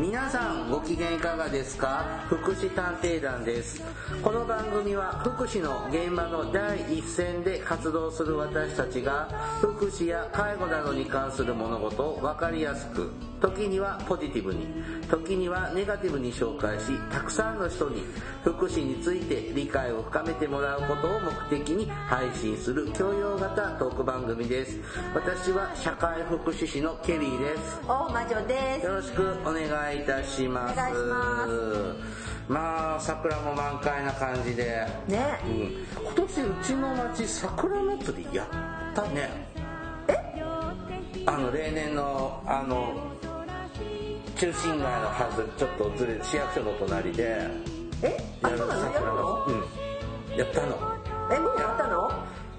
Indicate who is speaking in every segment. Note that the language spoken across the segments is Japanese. Speaker 1: 皆さんご機嫌いかがですか福祉探偵団ですこの番組は福祉の現場の第一線で活動する私たちが福祉や介護などに関する物事を分かりやすく時にはポジティブに時にはネガティブに紹介したくさんの人に福祉について理解を深めてもらうことを目的に配信する教養型トーク番組です私は社会福祉士のケリーです
Speaker 2: 大魔女です
Speaker 1: よろしくお願いいたします
Speaker 2: お願いしま
Speaker 1: まあ桜も満開な感じで、
Speaker 2: ね
Speaker 1: うん、今年うちの町桜祭りやったねあの例年のあの中心街のはずちょっとずれ市役所の隣でや
Speaker 2: えあそうなのやるの
Speaker 1: うんやったの
Speaker 2: えもうやったの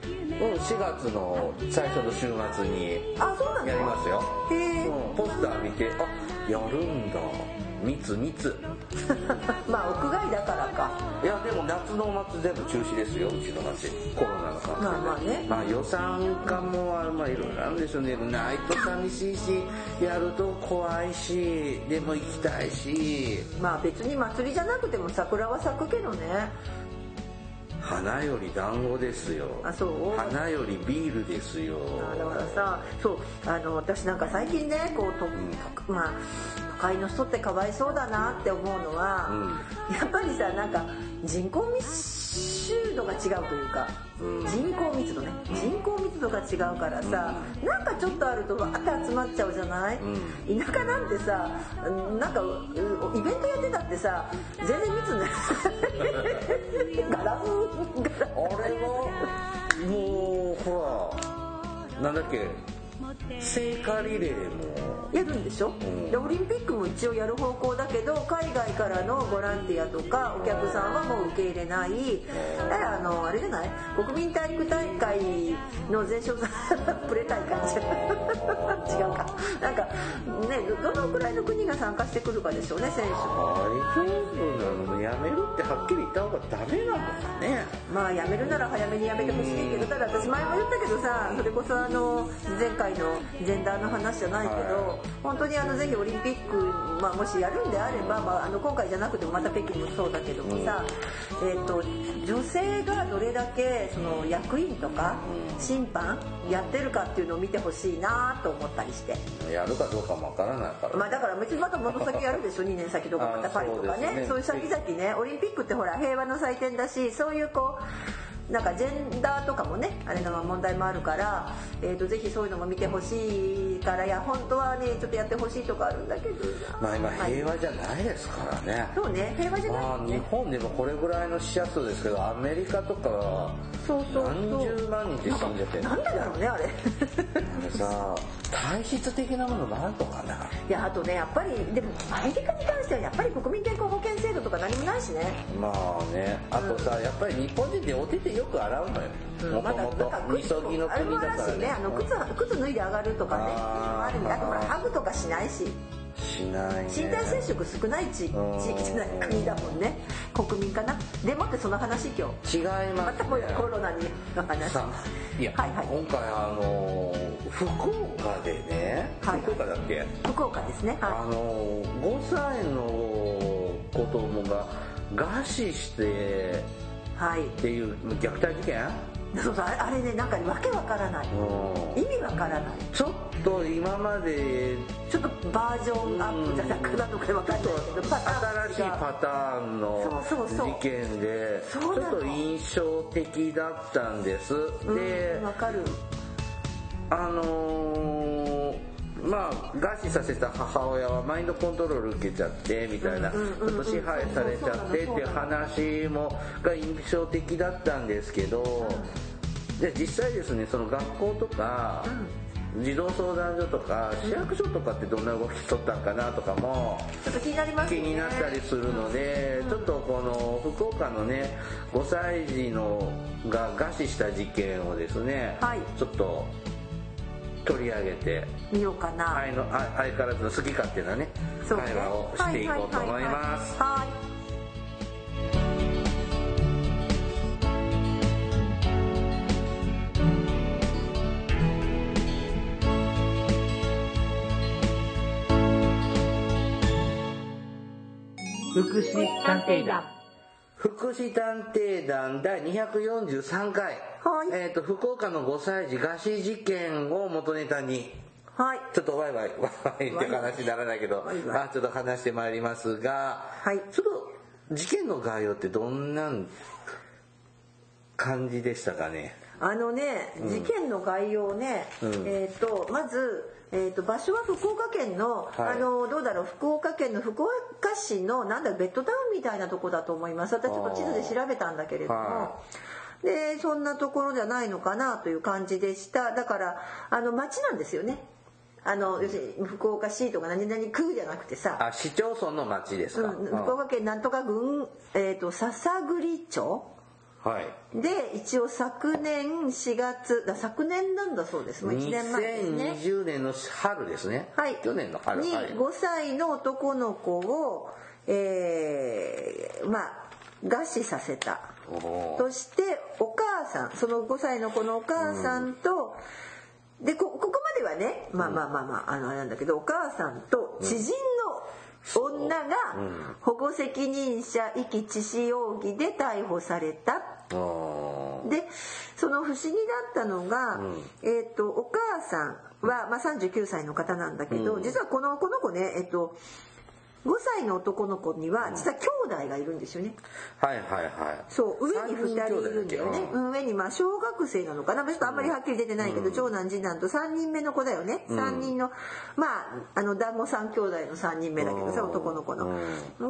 Speaker 1: うん4月の最初の週末に
Speaker 2: あそうなの
Speaker 1: やりますよ、
Speaker 2: へえ
Speaker 1: うん、ポスター見てあやるんだ密密
Speaker 2: まあ屋外だからか
Speaker 1: いやでも夏のお祭り全部中止ですようちの町コロナの関係で
Speaker 2: まあまあね
Speaker 1: まあ予算化もあるまあいろいろあるんでしょうねないと寂しいしやると怖いしでも行きたいし
Speaker 2: まあ別に祭りじゃなくても桜は咲くけどね
Speaker 1: 花より団子ですよ
Speaker 2: あそう
Speaker 1: 花よりビールですよ
Speaker 2: あだからさそうあの私なんか最近ねこうと、とまあ都会の人ってかわいそうだなって思うのは、やっぱりさなんか人口密集度が違うというか、人口密度ね人口密度が違うからさ、なんかちょっとあるとわーって集まっちゃうじゃない、田舎なんてさなんかうイベントやってたってさ全然密になるガランガラン
Speaker 1: あれはもうほらなんだっけ聖火リレーも
Speaker 2: やるんでしょ、
Speaker 1: ん
Speaker 2: でオリンピックも一応やる方向だけど海外からのボランティアとかお客さんはもう受け入れないだからあのあれじゃない国民体育大会の前哨戦プレ大会じゃ ん違うかなんかねどどのくらいの国が参加してくるかでしょうね選手
Speaker 1: 大丈夫なのやめるってはっきり言った方がダメなのかね
Speaker 2: まあ辞めるなら早めに辞めてほしいけどただ私前も言ったけどさそれこそあの前回のジェンダーの話じゃないけ
Speaker 1: は
Speaker 2: ど本当にあのぜひオリンピック、まあ、もしやるんであれば、まあ、あの今回じゃなくてもまた北京もそうだけどもさ、えっと女性がどれだけその役員とか審判やってるかっていうのを見てほしいなと思ったりして、
Speaker 1: やるかどうかもわからないから、
Speaker 2: まあ、だから別にまたこの先やるでしょ2年先とかまたパリとかね
Speaker 1: あーそうですね
Speaker 2: そういう先々ねオリンピックってほら平和の祭典だしそういうこうなんかジェンダーとかもねあれの問題もあるから、えー、とぜひそういうのも見てほしいからいや本当はねちょっとやってほしいとかあるんだけど
Speaker 1: まあ今平
Speaker 2: 和
Speaker 1: 和じゃないですからね、
Speaker 2: そうね平和じゃない
Speaker 1: まあ日本でもこれぐらいの死者数ですけどアメリカとかは
Speaker 2: そうそうそう
Speaker 1: 何十万人って死んでて
Speaker 2: なんでだろうねあれ
Speaker 1: あれさ体質的なものもあるのかない
Speaker 2: やあとねやっぱりでもアメリカに関してはやっぱり国民健康保険制度とか何もないしね
Speaker 1: まあねあとさ、やっぱり日本人ってお手でよく洗うのよも
Speaker 2: ま
Speaker 1: と
Speaker 2: だ
Speaker 1: もと
Speaker 2: なんか
Speaker 1: みそぎの
Speaker 2: あれ
Speaker 1: 国
Speaker 2: も
Speaker 1: だ
Speaker 2: ある
Speaker 1: から
Speaker 2: しね
Speaker 1: ね
Speaker 2: あの靴は靴脱いで上がるとかね
Speaker 1: あー
Speaker 2: あるんであとほら
Speaker 1: あー
Speaker 2: ハグとかしないし
Speaker 1: しないね
Speaker 2: 身体接触少ない地地
Speaker 1: うん
Speaker 2: 域じゃない国だもんね国民かなでもってその話今日
Speaker 1: 違いま
Speaker 2: ますたこういうコロナにの話
Speaker 1: さいや、
Speaker 2: はいはい
Speaker 1: 今回あのー福岡でね、
Speaker 2: はい
Speaker 1: 福岡だっけ、
Speaker 2: 福岡ですね
Speaker 1: あ
Speaker 2: は
Speaker 1: のー5歳の子供が餓死して
Speaker 2: いはい
Speaker 1: っていう虐待事件、
Speaker 2: そうそうあれあれねなんかわけわからない
Speaker 1: うん
Speaker 2: 意味わからない
Speaker 1: ちょっと今まで
Speaker 2: ちょっとバージョンアップじゃなくなるのかわかんないけどパターン
Speaker 1: 新しいパターンの
Speaker 2: そうそうそう
Speaker 1: 事件でち
Speaker 2: そう
Speaker 1: ょ
Speaker 2: な
Speaker 1: っ
Speaker 2: の
Speaker 1: と印象的だったんですで
Speaker 2: うんわかる
Speaker 1: あのーまあ餓死させた母親はマインドコントロール受けちゃってみたいなち
Speaker 2: うんうん
Speaker 1: ょ
Speaker 2: うんうん
Speaker 1: っと支配されちゃってっていう話もが印象的だったんですけどで実際ですねその学校とか児童相談所とか市役所とかってどんな動きしとったんかなとかも
Speaker 2: ちょっと気になります
Speaker 1: 気
Speaker 2: よね
Speaker 1: になったりするのでちょっとこの福岡のね5歳児のが餓死した事件をですね、
Speaker 2: はい
Speaker 1: ちょっと取り上げて
Speaker 2: 見ようかな
Speaker 1: 愛のあ相変わらずの好き勝手なね
Speaker 2: そうね
Speaker 1: 会話をしていこうと思います。
Speaker 2: はいはいはいはいはい
Speaker 3: 福祉探偵団
Speaker 1: 福祉探偵団第243回、
Speaker 2: はい
Speaker 1: えー、と福岡の5歳児餓死事件を元ネタに
Speaker 2: はい
Speaker 1: ちょっとワイワイワイワイって話にならないけど、
Speaker 2: ワイワイ
Speaker 1: まあ、ちょっと話してまいりますが、
Speaker 2: はい
Speaker 1: ちょっと事件の概要ってどんな感じでしたかね
Speaker 2: あのね、事件の概要ね、
Speaker 1: うん
Speaker 2: えっ、とまず、えー、と場所は福岡県の、
Speaker 1: はい
Speaker 2: あのどうだろう福岡県の福岡市のなんだベッドタウンみたいなとこだと思います私ちょっと地図で調べたんだけれども。
Speaker 1: は
Speaker 2: でそんなところじゃないのかなという感じでしただからあの町なんですよねあの要するに福岡市とか何々区じゃなくてさ
Speaker 1: あ市町村の町ですか、
Speaker 2: うん、福岡県なんとか郡、えー、と笹栗町
Speaker 1: うんはい
Speaker 2: で一応昨年4月だ昨年なんだそうですもう1年前ですね
Speaker 1: 2020年の春ですね、
Speaker 2: はい
Speaker 1: 去年の春
Speaker 2: に
Speaker 1: はい
Speaker 2: 5歳の男の子をえーまあ餓死させた
Speaker 1: おー
Speaker 2: としてお母さんその5歳の子のお母さんと、でこここまではねまあまあまあまああのあれなんだけどお母さんと知人の女が保護責任者遺棄致死容疑で逮捕された
Speaker 1: おー
Speaker 2: でその不思議だったのが、えー、とお母さんは、まあ、39歳の方なんだけど、実はこのこの子ね、えー、と5歳の男の子には実は兄弟がいるんですよね。
Speaker 1: はいはいはい
Speaker 2: そう上に2人いるんだよね
Speaker 1: 三人兄弟だっけ、
Speaker 2: うん上にまあ小学生なのかなまあちょっとあんまりはっきり出てないけど、長男次男と3人目の子だよね、3人のまああの団子3兄弟の3人目だけどさ
Speaker 1: うん
Speaker 2: 男の子の、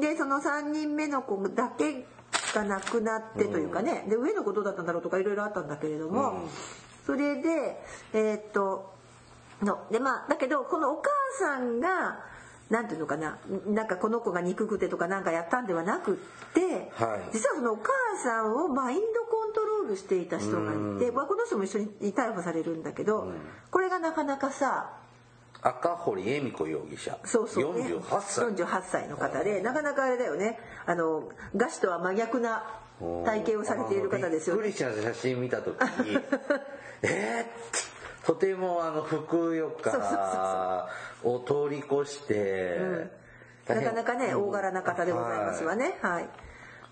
Speaker 2: でその3人目の子だけが亡くなってというかね、で上の子どうだったんだろうとかいろいろあったんだけれども、それでえーっとのでまあだけどこのお母さんがなんていうのかななんかこの子が憎くてとかなんかやったんではなくって、
Speaker 1: はい
Speaker 2: 実はそのお母さんをマインドコントロールしていた人がいて、まあ、この人も一緒に逮捕されるんだけど、これがなかなかさ
Speaker 1: 赤堀恵美子容疑者
Speaker 2: そうそう、ね、
Speaker 1: 48歳
Speaker 2: 48歳の方でなかなかあれだよねあの餓死とは真逆な体型をされている方ですよ
Speaker 1: あのび
Speaker 2: ね
Speaker 1: っくりした写真見た時 にえー、とてもあの福岡を通り越して、
Speaker 2: なかなかね大柄な方でございますわ
Speaker 1: ね、
Speaker 2: ねはい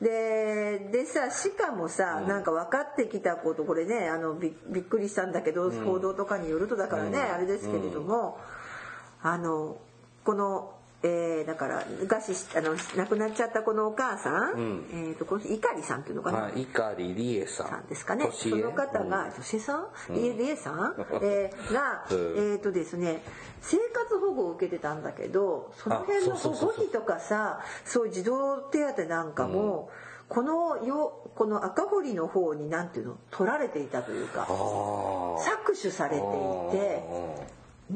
Speaker 2: ででさしかもさ、なんか分かってきたことこれねあのびびっくりしたんだけど、報道とかによるとだからね、あれですけれども、あのこの、えーだから餓死しあの亡くなっちゃったこのお母さん、
Speaker 1: ん
Speaker 2: えー、とこの人碇さんっていうのかな、
Speaker 1: はいはい、碇理恵さん
Speaker 2: さんですかね。そ
Speaker 1: 年恵
Speaker 2: の方
Speaker 1: うん
Speaker 2: が、女性さん、リエリエ さん、えーが、
Speaker 1: うん
Speaker 2: えっ、とですね、生活保護を受けてたんだけど、その辺の
Speaker 1: あそう
Speaker 2: 保
Speaker 1: そうそうそう
Speaker 2: 護費とかさ、そういう児童手当なんかも、このよ、この赤堀の方になんていうの、取られていたというか、
Speaker 1: あー
Speaker 2: 搾取されていて、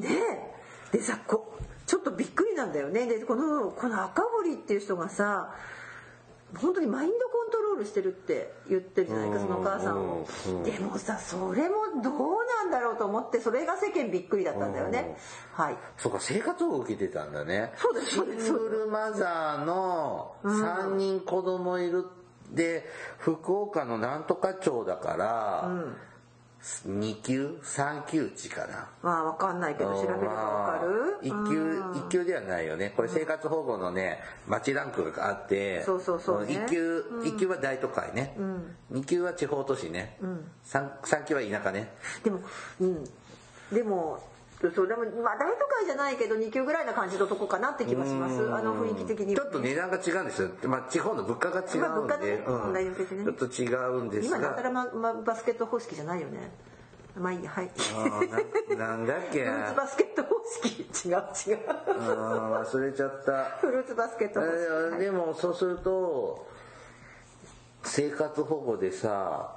Speaker 2: ねえでさ、こちょっとびっくりなんだよね。で、この、この赤堀っていう人がさ、本当にマインドコントロールしてるって言ってるじゃないかそのお母さんを
Speaker 1: うんうん
Speaker 2: でもさそれもどうなんだろうと思ってそれが世間びっくりだったんだよねはい
Speaker 1: そうか生活を受けてたんだね
Speaker 2: そうですそうです
Speaker 1: シングルマザーの3人子供いるで福岡のなんとか町だから、2級3級地かな
Speaker 2: まあわかんないけど調べればわかる
Speaker 1: 一級一級ではないよねこれ生活保護のね町ランクがあって
Speaker 2: そうそうそうね
Speaker 1: 1級一級は大都会ね、二2級は地方都市ね、三三 3, 級は田舎ね
Speaker 2: でもうんでもそうでもまあ大都会じゃないけど2級ぐらいな感じのとこかなって気はしますあの雰囲気的に
Speaker 1: ちょっと値段が違うんですよ、まあ、地方の物価が違
Speaker 2: まあ
Speaker 1: う
Speaker 2: 物価
Speaker 1: ん
Speaker 2: の
Speaker 1: で、
Speaker 2: ね問題によって
Speaker 1: う
Speaker 2: ね
Speaker 1: んちょっと違うんです
Speaker 2: 今
Speaker 1: が
Speaker 2: だったら、まま、バスケット方式じゃないよねまあいいやはい
Speaker 1: あーななんだっけ
Speaker 2: フルーツバスケット方式違う違う
Speaker 1: あー忘れちゃった
Speaker 2: フルーツバスケット方式
Speaker 1: えーでもそうすると生活保護でさ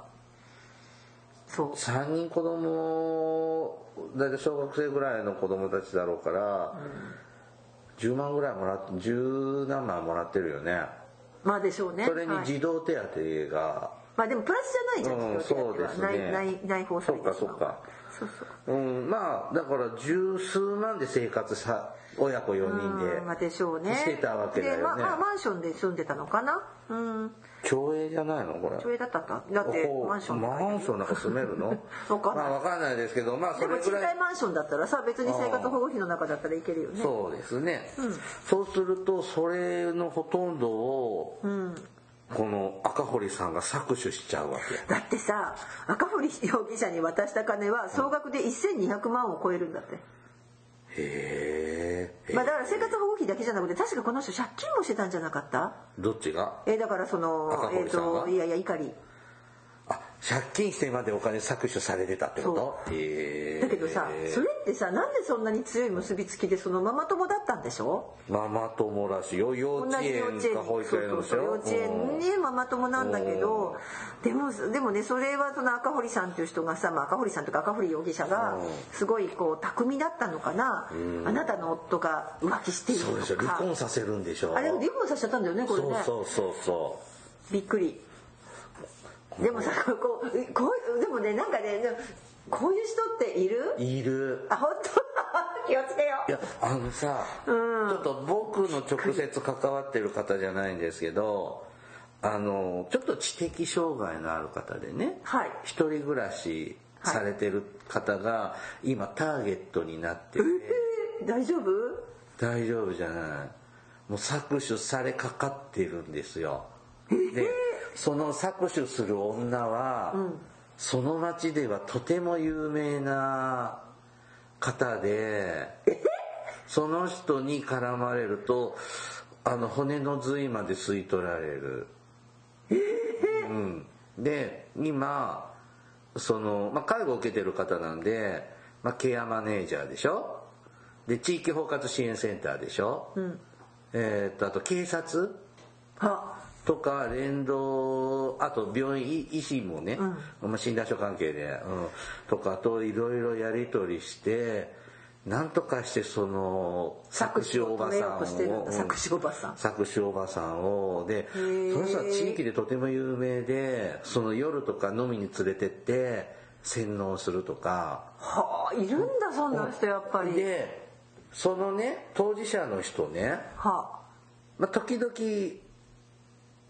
Speaker 2: そう
Speaker 1: 3人子供大体小学生ぐらいの子供たちだろうから、10万ぐらいもらっ十何万もらってるよね
Speaker 2: まあでしょうね
Speaker 1: それに
Speaker 2: はい
Speaker 1: 児童手当が、
Speaker 2: ままあでもプラスじゃないじゃん、
Speaker 1: うん
Speaker 2: 人によっては
Speaker 1: そうですね
Speaker 2: 内内内包さ
Speaker 1: そ
Speaker 2: れ
Speaker 1: ってか
Speaker 2: し
Speaker 1: そ
Speaker 2: ま
Speaker 1: っ
Speaker 2: う
Speaker 1: か
Speaker 2: そうそう
Speaker 1: うんまあだから十数万で生活さ親子4人で
Speaker 2: うんまあでしょうね
Speaker 1: してたわけだよね
Speaker 2: でまあまあマンションで住んでたのかなうん
Speaker 1: 町営じゃないのこれ
Speaker 2: それだったんだだって
Speaker 1: こう
Speaker 2: マンションとか
Speaker 1: マンションなんか住める の
Speaker 2: わかんない
Speaker 1: まあわかんないですけどまあ
Speaker 2: で
Speaker 1: そ
Speaker 2: も
Speaker 1: れ
Speaker 2: 賃
Speaker 1: ぐらい
Speaker 2: 貸マンションだったらさ別に生活保護費の中だったらいけるよね
Speaker 1: そうですね、そうするとそれのほとんどを、この赤堀さんが搾取しちゃうわけ
Speaker 2: だってさ赤堀容疑者に渡した金は総額で1200万を超えるんだって、
Speaker 1: へえ、
Speaker 2: まあ、だから生活保護費だけじゃなくて確かこの人借金もしてたんじゃなかった
Speaker 1: どっちが
Speaker 2: えだからその
Speaker 1: 赤
Speaker 2: えっ、
Speaker 1: 堀さんが
Speaker 2: といやいや怒り
Speaker 1: あ借金してまでお金搾取されてたってことへえ
Speaker 2: だけどさそれってさなんでそんなに強い結びつきでそのママ友だったんでしょ
Speaker 1: ママ友らしいよ幼
Speaker 2: 同
Speaker 1: 稚
Speaker 2: じ幼
Speaker 1: 園
Speaker 2: 稚園
Speaker 1: か
Speaker 2: に
Speaker 1: 保育園のでしょ
Speaker 2: 幼稚園にママ友なんだけど
Speaker 1: う
Speaker 2: でもでもねそれはその赤堀さんという人がさ、まあ、赤堀さんとか赤堀容疑者が
Speaker 1: うん
Speaker 2: すごいこう巧みだったのかなあなたの夫が浮気してい
Speaker 1: うんそうで
Speaker 2: る
Speaker 1: しょ
Speaker 2: と
Speaker 1: 離
Speaker 2: か
Speaker 1: 婚させるんでしょ
Speaker 2: あれ離婚させちゃったんだよねこれね
Speaker 1: そうそうそうそ
Speaker 2: びっくりでもさこうこうでもねなんかねでもこういう人っている
Speaker 1: ういる
Speaker 2: あ本当気をつけよ
Speaker 1: いやあのさ、ちょっと僕の直接関わってる方じゃないんですけどあのちょっと知的障害のある方でね、
Speaker 2: はい
Speaker 1: 一人暮らしされてる方が今ターゲットになってて、
Speaker 2: う大丈夫
Speaker 1: 大丈夫じゃないもう搾取されかかってるんですよでその搾取する女は、その町ではとても有名な方でその人に絡まれるとあの骨の髄まで吸い取られるうん、で今その、まあ、介護を受けてる方なんで、まあ、ケアマネージャーでしょで地域包括支援センターでしょ、えーっとあと警察
Speaker 2: あ
Speaker 1: とか連動あと病院医医師もね、まあ診断書関係で、うん、とかといろいろやり取りしてなんとかしてその
Speaker 2: 作詞を止めようとしてるん
Speaker 1: う
Speaker 2: だ
Speaker 1: ん
Speaker 2: 作詞おばさん
Speaker 1: 作詞おばさんをでそ
Speaker 2: ー
Speaker 1: の人は地域でとても有名でその夜とか飲みに連れてって洗脳するとか
Speaker 2: はあいるんだそんな人やっぱり
Speaker 1: でそのね当事者の人ね、
Speaker 2: は
Speaker 1: まあ、時々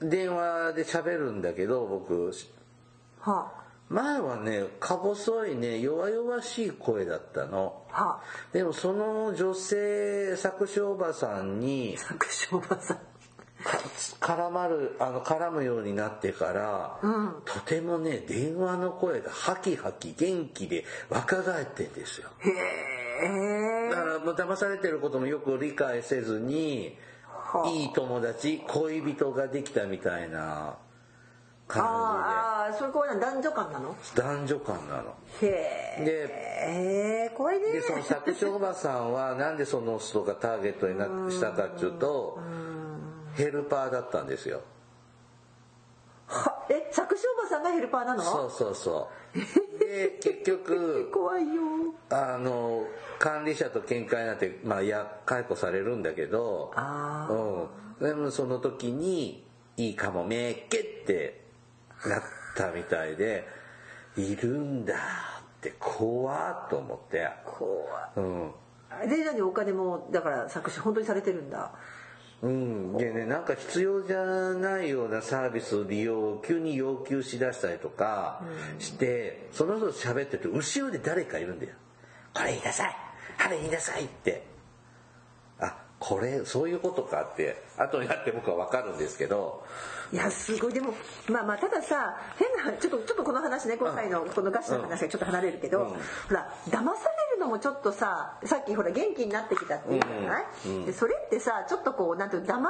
Speaker 1: 電話で喋るんだけど僕
Speaker 2: あは
Speaker 1: 前はねか細いね弱々しい声だったの
Speaker 2: あはあ
Speaker 1: でもその女性作詞おばさんに
Speaker 2: 作詞おばさん
Speaker 1: か絡まるあの絡むようになってから、とてもね電話の声がハキハキ元気で若返ってんですよ
Speaker 2: へ
Speaker 1: だ
Speaker 2: え
Speaker 1: からもう騙されてることもよく理解せずに
Speaker 2: はあ
Speaker 1: いい友達恋人ができたみたいな感
Speaker 2: あーあーそういうこういうの男女間なの
Speaker 1: じで男女間なの
Speaker 2: へえ
Speaker 1: で
Speaker 2: ええ怖いね
Speaker 1: でその作詞おばさんはなんでその人がターゲットになってしたかっていうとヘルパーだったんですよ
Speaker 2: はえ作詞おばさんがヘルパーなの
Speaker 1: そうそうそうで結局
Speaker 2: 怖いよ
Speaker 1: あの管理者と喧嘩になって、まあ、や解雇されるんだけど
Speaker 2: あー
Speaker 1: うん、でもその時に「いいかもめっけ」ってなったみたいで「いるんだ」って怖っと思って、
Speaker 2: 怖
Speaker 1: うん
Speaker 2: いで何お金もだから作詞本当にされてるんだ
Speaker 1: うん、でねなんか必要じゃないようなサービスを利用を急に要求しだしたりとかして、その人と喋ってると後ろで誰かいるんだよ「これ言いなさいあれ言いなさい」ってあこれそういうことかって後になって僕は分かるんですけど
Speaker 2: いやすごいでもまあまあたださ変なちょっとちょっとこの話ね今回のこのガチの話がちょっと離れるけ
Speaker 1: う
Speaker 2: ど、
Speaker 1: ん
Speaker 2: ほら騙されるのもちょっとささっきほら元気になってきたっていうじゃない、でそれってさちょっとこうなんていうの騙され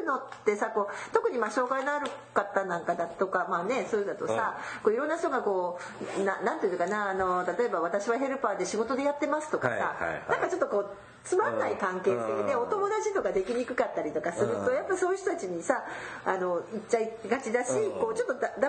Speaker 2: るのってさこう特にまあ障害のある方なんかだとかまあねそういうのだとさ、こういろんな人がこうななんていうのかなあの例えば私はヘルパーで仕事でやってますとかさ、
Speaker 1: はいはいはい
Speaker 2: なんかちょっとこうつまんない関係性で
Speaker 1: うん
Speaker 2: お友達とかできにくかったりとかすると
Speaker 1: うん
Speaker 2: やっぱそういう人たちにさあの言っちゃいがちだし
Speaker 1: うん
Speaker 2: こうちょっとだ騙さ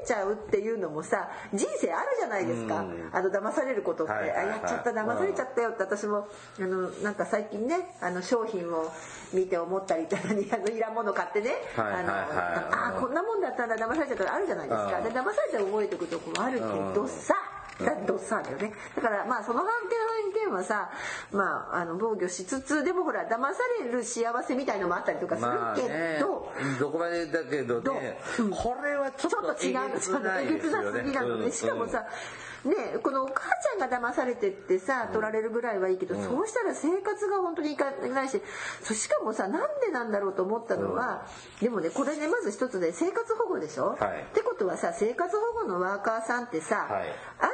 Speaker 2: れちゃうっていうのもさ人生あるじゃないです
Speaker 1: う
Speaker 2: か
Speaker 1: ん
Speaker 2: あの騙されることってあ
Speaker 1: はいはいはい
Speaker 2: やっちゃった騙されちゃったよって私もあのなんか最近ねあの商品を見て思ったり とかにあのいらんもの買ってねあ
Speaker 1: はいはいはい
Speaker 2: のあこんなもんだったんだ騙されちゃったらあるじゃないですか
Speaker 1: うん
Speaker 2: で騙されて覚えておくとこもあるけどさだどっさだよねだからまあその関係の意見はさまああの防御しつつでもほら騙される幸せみたいのもあったりとかす
Speaker 1: まあ
Speaker 2: るけ
Speaker 1: ね
Speaker 2: ど、、
Speaker 1: どこまでだけど
Speaker 2: ど
Speaker 1: ね、これはちょっ
Speaker 2: ちょっと
Speaker 1: と
Speaker 2: 違
Speaker 1: え
Speaker 2: う
Speaker 1: げつ
Speaker 2: ちょっと
Speaker 1: ない
Speaker 2: えげ
Speaker 1: です
Speaker 2: つな
Speaker 1: よ
Speaker 2: す
Speaker 1: ね。
Speaker 2: ぎなの
Speaker 1: うん
Speaker 2: でしかもさねこのお母ちゃんが騙されてってさ取られるぐらいはいいけどそうしたら生活が本当にいかないしそうしかもさなんでなんだろうと思ったのはでもねこれねまず一つで生活保護でしょ
Speaker 1: はい
Speaker 2: ってことはさ生活保護のワーカーさんってさ
Speaker 1: はい
Speaker 2: ある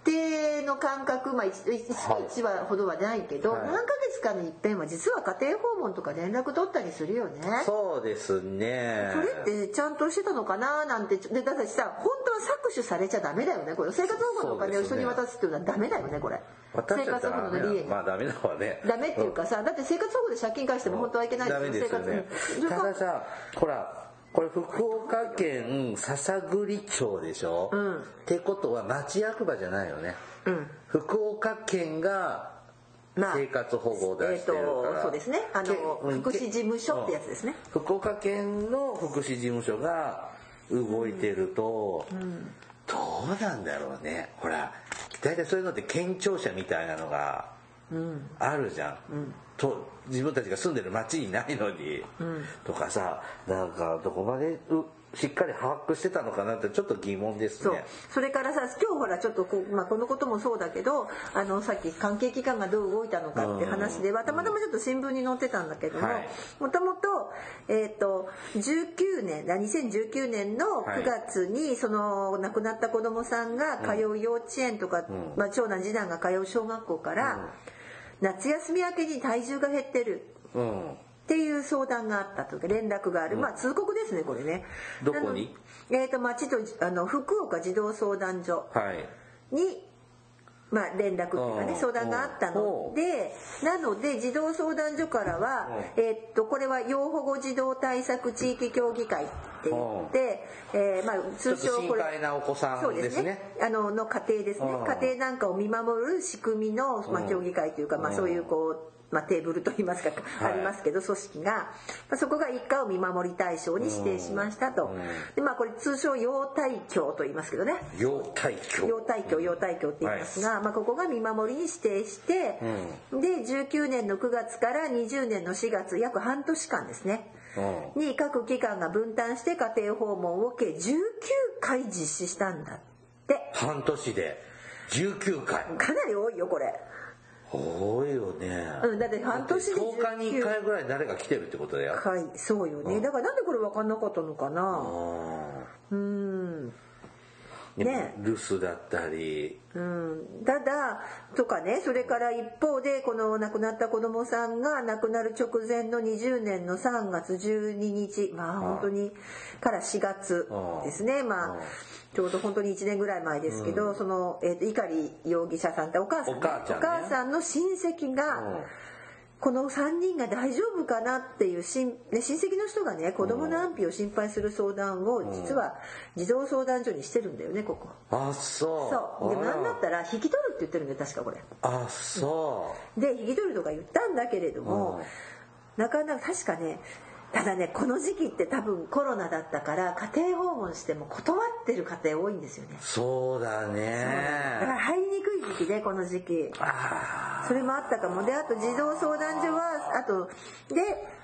Speaker 2: 一定の間隔まあ 1, 日はほどはないけど
Speaker 1: はい
Speaker 2: 何ヶ月かに一遍は実は家庭訪問とか連絡取ったりするよね。
Speaker 1: そうですね。
Speaker 2: それってちゃんとしてたのかななんてでだってさ本当は搾取されちゃダメだよねこれ生活保護のお金を人に渡すっていうのはダメだよねこれ
Speaker 1: 私た
Speaker 2: 生
Speaker 1: ち
Speaker 2: 活
Speaker 1: は
Speaker 2: 保護
Speaker 1: ダメ
Speaker 2: の利
Speaker 1: だ
Speaker 2: 益
Speaker 1: まあダメだわね。
Speaker 2: ダメっていうかさだって生活保護で借金返しても本当はいけない
Speaker 1: ダメですよね
Speaker 2: 生活に
Speaker 1: たださほらこれ福岡県篠栗町でしょ、
Speaker 2: うん
Speaker 1: ってことは町役場じゃないよね
Speaker 2: うん
Speaker 1: 福岡県が
Speaker 2: まあ
Speaker 1: 生活保護を出してるから、
Speaker 2: えーとそうですねあの
Speaker 1: けうん
Speaker 2: 福祉事務所ってやつですね
Speaker 1: うん福岡県の福祉事務所が動いてると、どうなんだろうねほら大体そういうのって県庁舎みたいなのがあるじゃん、と自分たちが住んでる町にないのに、とかさなんかどこまでうしっかり把握してたのかなってちょっと疑問です
Speaker 2: そう
Speaker 1: ね
Speaker 2: それからさ今日ほらちょっとこ,、まあ、このこともそうだけどあのさっき関係機関がどう動いたのかっていう話ではたまたまちょっと新聞に載ってたんだけども
Speaker 1: はい
Speaker 2: もともと,、えー、と19年あ2019年の
Speaker 1: はい
Speaker 2: 9月にその亡くなった子どもさんが通う幼稚園とか、
Speaker 1: ん
Speaker 2: まあ、長男次男が通う小学校から、夏休み明けに体重が減ってる。
Speaker 1: うん
Speaker 2: っていう相談があったというか連絡がある、まあ通告ですねこれね
Speaker 1: どこに
Speaker 2: なのえー、と町とあの福岡児童相談所
Speaker 1: はい
Speaker 2: に、まあ、連絡っていうか
Speaker 1: う
Speaker 2: ね
Speaker 1: ん
Speaker 2: 相談があったのでなので児童相談所からは、えーっとこれは要保護児童対策地域協議会って言って、えーまあ、
Speaker 1: ちょ
Speaker 2: 通
Speaker 1: っと
Speaker 2: 称
Speaker 1: 心
Speaker 2: これ
Speaker 1: 配なお子さ
Speaker 2: そ
Speaker 1: ん
Speaker 2: う
Speaker 1: で
Speaker 2: ですす
Speaker 1: ね
Speaker 2: ねあのの家庭ですね
Speaker 1: うん
Speaker 2: 家庭なんかを見守る仕組みの、まあ、協議会というか、まあ、そういうこう、まあ、テーブルといいますか、
Speaker 1: い
Speaker 2: ありますけど組織が、まあ、そこが一家を見守り対象に指定しましたと、
Speaker 1: うん
Speaker 2: でまあこれ通称要対協と言いますけどね
Speaker 1: 要対教
Speaker 2: 要対協要対協って言いますが、まあ、ここが見守りに指定して、で19年の9月から20年の4月約半年間ですね
Speaker 1: うん
Speaker 2: に各機関が分担して家庭訪問を計19回実施したんだって
Speaker 1: 半年で19回
Speaker 2: かなり多いよこれ、
Speaker 1: 多いよね、
Speaker 2: うん、だって半年で
Speaker 1: 10日に1
Speaker 2: 19
Speaker 1: 回ぐらい誰か来てるってことだよ
Speaker 2: 回そうよねだからなんでこれ分かんなかったのか
Speaker 1: う
Speaker 2: なんうん
Speaker 1: でも
Speaker 2: ね
Speaker 1: 留守だったり
Speaker 2: うん、ただとかねそれから一方でこの亡くなった子どもさんが亡くなる直前の20年の3月12日まあ本当にから4月ですねまあちょうど本当に1年ぐらい前ですけど、その、えーと碇容疑者さんってお母さんね、
Speaker 1: お母ちゃんね
Speaker 2: お母さんの親戚が、
Speaker 1: うん
Speaker 2: この3人が大丈夫かなっていう心、ね、親戚の人がね子供の安否を心配する相談を実は児童相談所にしてるんだよねここ。
Speaker 1: あそう
Speaker 2: そうでも
Speaker 1: あら
Speaker 2: なんだったら引き取るって言ってるんで確かこれ
Speaker 1: あそ
Speaker 2: で引き取るとか言ったんだけれど
Speaker 1: う、うん
Speaker 2: もなかなか確かねただねこの時期って多分コロナだったから家庭訪問しても断ってる家庭多いんですよね
Speaker 1: そうだ
Speaker 2: だから
Speaker 1: ね
Speaker 2: 入りにくい時期でこの時期
Speaker 1: あ
Speaker 2: それもあったかもであと児童相談所はあとで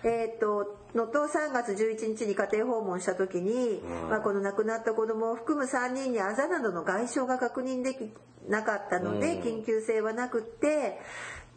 Speaker 2: えーっと能登を3月11日に家庭訪問した時に、まあ、この亡くなった子供を含む3人にあざなどの外傷が確認できなかったので、緊急性はなくって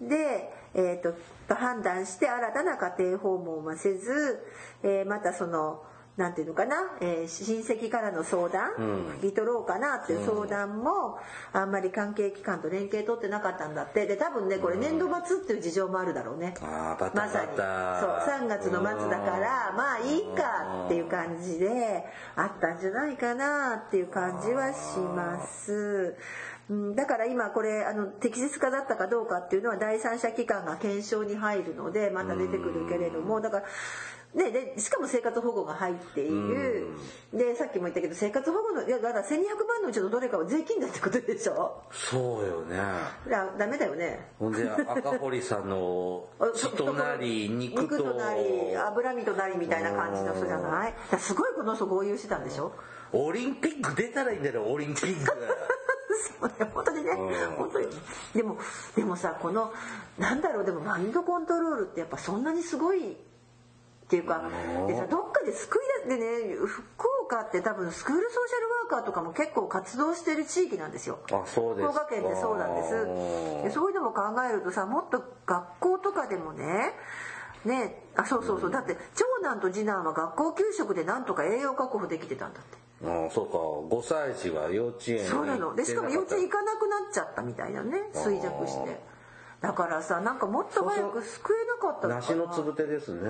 Speaker 2: で、えーっと判断して新たな家庭訪問はせず、えーまたその。なんていうのかな、えー親戚からの相談、聞き取ろうかなっていう相談も、あんまり関係機関と連携取ってなかったんだってで多分ねこれ年度末っていう事情もあるだろうね、
Speaker 1: あーバタ
Speaker 2: ま
Speaker 1: バタ
Speaker 2: さにそう3月の末だからまあいいかっていう感じであったんじゃないかなっていう感じはします。うんだから今これあの適切化だったかどうかっていうのは第三者機関が検証に入るのでまた出てくるけれどもだから。ね、でしかも生活保護が入っているでさっきも言ったけど生活保護のいやだから1200万のうちのどれかは税金だってことでしょ
Speaker 1: そうよね
Speaker 2: だダメだよね
Speaker 1: ほん で赤堀さんの
Speaker 2: あそ
Speaker 1: 血となり肉と
Speaker 2: 肉となり脂身となりみたいな感じの人じゃないだからすごいこの人合流してたんでしょ
Speaker 1: オリンピック出たらいいんだよオリンピック
Speaker 2: そうね本当にね
Speaker 1: うん
Speaker 2: 本当にでもでもさこのなんだろうでもマインドコントロールってやっぱそんなにすごいっていうか
Speaker 1: うん
Speaker 2: でさどっかで救い出でね福岡って多分スクールソーシャルワーカーとかも結構活動してる地域なんですよ
Speaker 1: あそうです
Speaker 2: 福
Speaker 1: か
Speaker 2: 岡県ってそうなんですでそういうのも考えるとさもっと学校とかでもねねあそうそうそうだって長男と次男は学校給食でなんとか栄養確保できてたんだって
Speaker 1: うんそうか5歳児は幼稚園に
Speaker 2: そうなのでしかも
Speaker 1: 行
Speaker 2: 幼
Speaker 1: って
Speaker 2: 稚園
Speaker 1: な
Speaker 2: 行かなくなっちゃったみたいなね
Speaker 1: あー
Speaker 2: 衰弱してだからさなんかもっと早く救えなかったの
Speaker 1: 梨の
Speaker 2: か
Speaker 1: つぶてですね、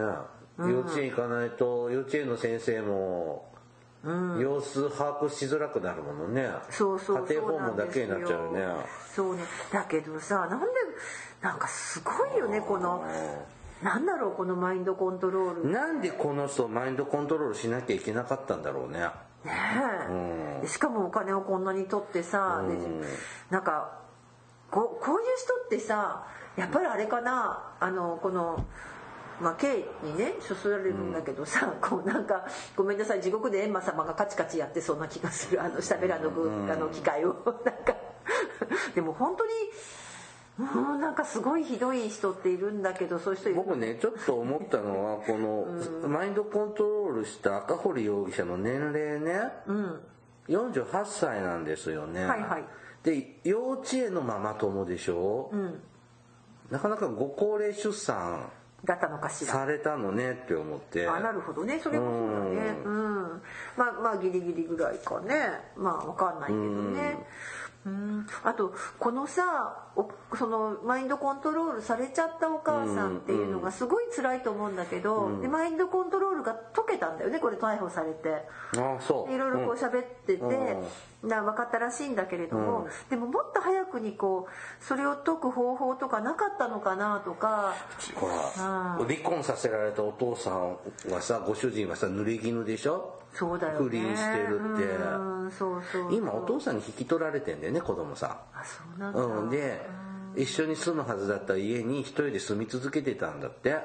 Speaker 1: 幼稚園行かないと幼稚園の先生も様子把握しづらくなるものね、
Speaker 2: そうそう
Speaker 1: 家庭
Speaker 2: そ
Speaker 1: 訪
Speaker 2: うな
Speaker 1: 問
Speaker 2: ん
Speaker 1: だ
Speaker 2: です
Speaker 1: け
Speaker 2: よ
Speaker 1: になっちゃうよね
Speaker 2: そうねだけどさなんでなんかすごいよねこのなんだろうこのマインドコントロール
Speaker 1: なんでこの人マインドコントロールしなきゃいけなかったんだろうね
Speaker 2: ねえ、でしかもお金をこんなに取ってさ、でなんかこうこういう人ってさやっぱりあれかなあのこの。まあ、刑にね処せられるんだけどさ、こうなんかごめんなさい地獄で閻魔様がカチカチやってそうな気がするあのしゃべらの,、あの機会を なんかでも本当にうんなんかすごいひどい人っているんだけどそういう人いる
Speaker 1: 僕ねちょっと思ったのはこの、マインドコントロールした赤堀容疑者の年齢ね、48歳なんですよね、
Speaker 2: はいはい
Speaker 1: で幼稚園のママ友でしょ、
Speaker 2: ん
Speaker 1: なかなかご高齢出産
Speaker 2: だったのかしら
Speaker 1: されたのねって思って
Speaker 2: あなるほどねそれもそうだねうんまあまあギリギリぐらいかねまあわかんないけどねうんあとこのさおそのマインドコントロールされちゃったお母さんっていうのがすごい辛いと思うんだけど、でマインドコントロールが解けたんだよねこれ逮捕されて。
Speaker 1: あそう
Speaker 2: いろいろこう
Speaker 1: うん
Speaker 2: 喋ってて、
Speaker 1: う
Speaker 2: な分かったらしいんだけれども、でももっと早くにこうそれを解く方法とかなかったのかなとか
Speaker 1: ほら離婚させられたお父さんはさご主人はさ濡れ衣でしょ
Speaker 2: そうだよね
Speaker 1: 不倫してるって
Speaker 2: うんそうそう
Speaker 1: 今お父さんに引き取られてんだよね子供さ
Speaker 2: あそうなんだ、
Speaker 1: うんで一緒に住むはずだった家に一人で住み続けてたんだって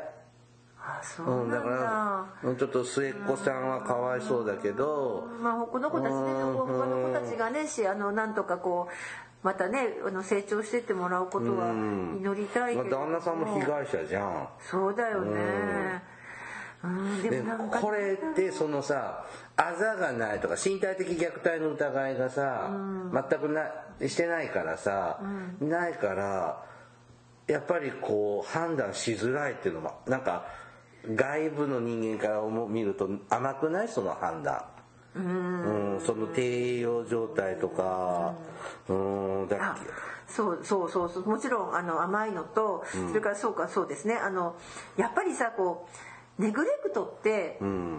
Speaker 2: あそううんな
Speaker 1: だ
Speaker 2: んだ,、
Speaker 1: からうんちょっと末っ子さんはかわいそうだけど
Speaker 2: まあ、この子たちね
Speaker 1: うん
Speaker 2: 他の子たちがねしあのなんとかこうまたねあの成長してってもらうことは祈りたいけ
Speaker 1: ま
Speaker 2: れ
Speaker 1: あ
Speaker 2: ども、
Speaker 1: 旦那さんも被害者じゃん
Speaker 2: そうだよねうん、で
Speaker 1: で
Speaker 2: もなんか
Speaker 1: これってそのさあざがないとか身体的虐待の疑いがさ、全くなしてないからさ、ないからやっぱりこう判断しづらいっていうのもなんか外部の人間から思う見ると甘くないその判断うん、その低栄養状態とかうんだっ
Speaker 2: あそうそうそうそうもちろんあの甘いのと、それからそうかそうですねあのやっぱりさこうネグレクトって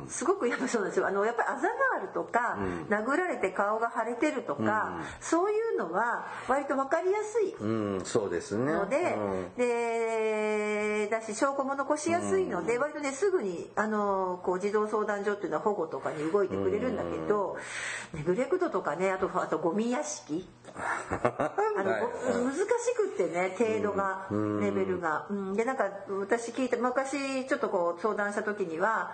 Speaker 2: すごくやっぱそうなんですよあのやっぱりあざがあるとか、殴られて顔が腫れてるとか、そういうのは割と分かりやすい
Speaker 1: けうんそうですね
Speaker 2: ので,、
Speaker 1: うん
Speaker 2: でだし証拠も残しやすいので、割とねすぐにあのこう児童相談所っていうのは保護とかに動いてくれるんだけど、ネグレクトとかねあとあとゴミ 屋敷。あの
Speaker 1: はい
Speaker 2: ご難しくってね程度が、レベルが、うん、でなんか私聞いた昔ちょっとこう相談した時には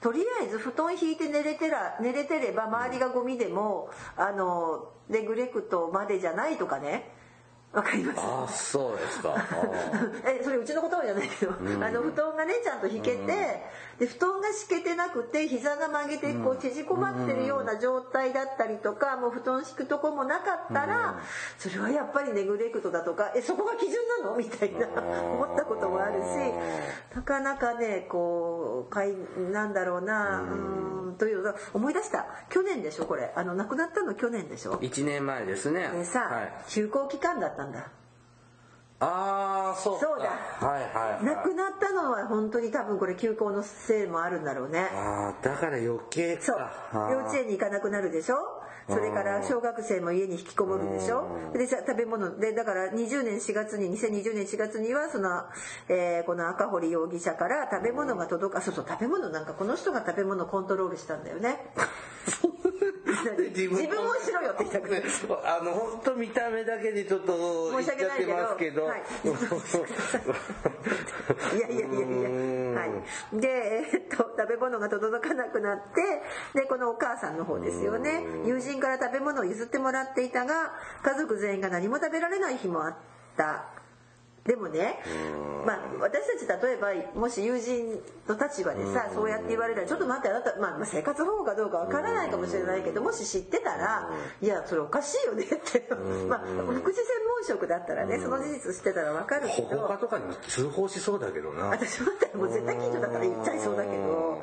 Speaker 2: とりあえず布団引いて寝れてら寝れてれば周りがゴミでもあのレグレクトまでじゃないとかねわかります
Speaker 1: あそうです かあー
Speaker 2: えそれうちの言葉じゃないけど、あの布団がねちゃんと引けて、で布団が敷けてなくて膝が曲げてこう縮こまってるような状態だったりとか、もう布団敷くとこもなかったら、それはやっぱりネグレクトだとかえそこが基準なのみたいな思ったこともあるしなかなかねこうかいなんだろうなうんうんという思い出した去年でしょこれあの亡くなったの去年でしょ
Speaker 1: 1年前ですね
Speaker 2: でさ、
Speaker 1: はい、
Speaker 2: 休校期間だったんだ
Speaker 1: ああそうか
Speaker 2: そうだ
Speaker 1: はいはい、
Speaker 2: 亡
Speaker 1: はい
Speaker 2: くなったのは本当に多分これ休校のせいもあるんだろうね
Speaker 1: ああだから余計か
Speaker 2: そう
Speaker 1: あー
Speaker 2: 幼稚園に行かなくなるでしょそれから小学生も家に引きこもるでしょ
Speaker 1: うん
Speaker 2: でじゃあ食べ物でだから20年4月に2020年4月にはその、えーこの赤堀容疑者から食べ物が届かそうそう食べ物なんかこの人が食べ物コントロールしたんだよね自分をしろよって言ったくない
Speaker 1: あの本当見た目だけでちょっと言っ
Speaker 2: 申し
Speaker 1: ちゃっ
Speaker 2: 訳ないけ
Speaker 1: て
Speaker 2: ど
Speaker 1: ますけど、
Speaker 2: はいいやいやいやいや、はい、で、えっと、食べ物が届かなくなってでこのお母さんの方ですよね友人から食べ物を譲ってもらっていたが家族全員が何も食べられない日もあったでもね、まあ、私たち例えばもし友人の立場でさそうやって言われたら「ちょっと待ってあなた、まあ、まあ生活保護かどうかわからないかもしれないけどもし知ってたらいやそれおかしいよね」って、 まあ、福祉専門職だったらねその事実知ってたらわかるけ
Speaker 3: 保
Speaker 2: ど
Speaker 3: 護課とかに通報しそうだけどな
Speaker 2: 私だったらもう絶対近所だから行っちゃいそうだけど。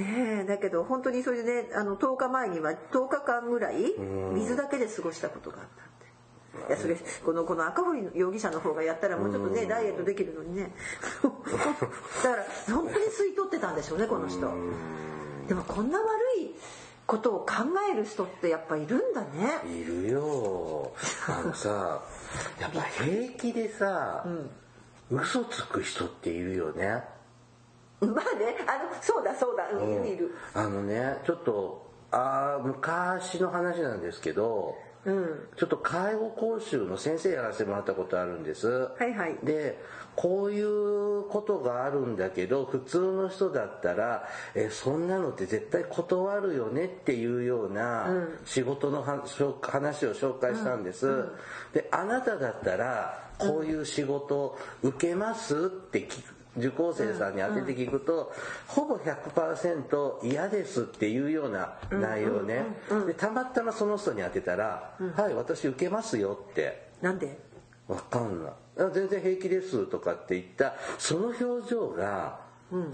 Speaker 2: ねえだけど本当にそれでねあの10日前には10日間ぐらい水だけで過ごしたことがあったんでいやそれこのこの赤堀容疑者の方がやったらもうちょっとねダイエットできるのにね だから本当に吸い取ってたんでしょうねこの人でもこんな悪いことを考える人ってやっぱいるんだね
Speaker 1: いるよあのさやっぱ平気でさ、嘘つく人っているよね
Speaker 2: まあねあのそうだそうだうんいるいる
Speaker 1: あのねちょっとあー昔の話なんですけど
Speaker 2: うん
Speaker 1: ちょっと介護講習の先生やらせてもらったことあるんです
Speaker 2: はいはい
Speaker 1: でこういうことがあるんだけど普通の人だったらえそんなのって絶対断るよねっていうような仕事のはしょ話を紹介したんです、であなただったらこういう仕事受けますって聞く受講生さんに当てて聞くと、ほぼ100%嫌ですっていうような内容ね、でたまたまその人に当てたら「はい私受けますよ」って
Speaker 2: なんで
Speaker 1: わかんないあ全然平気ですとかって言ったその表情が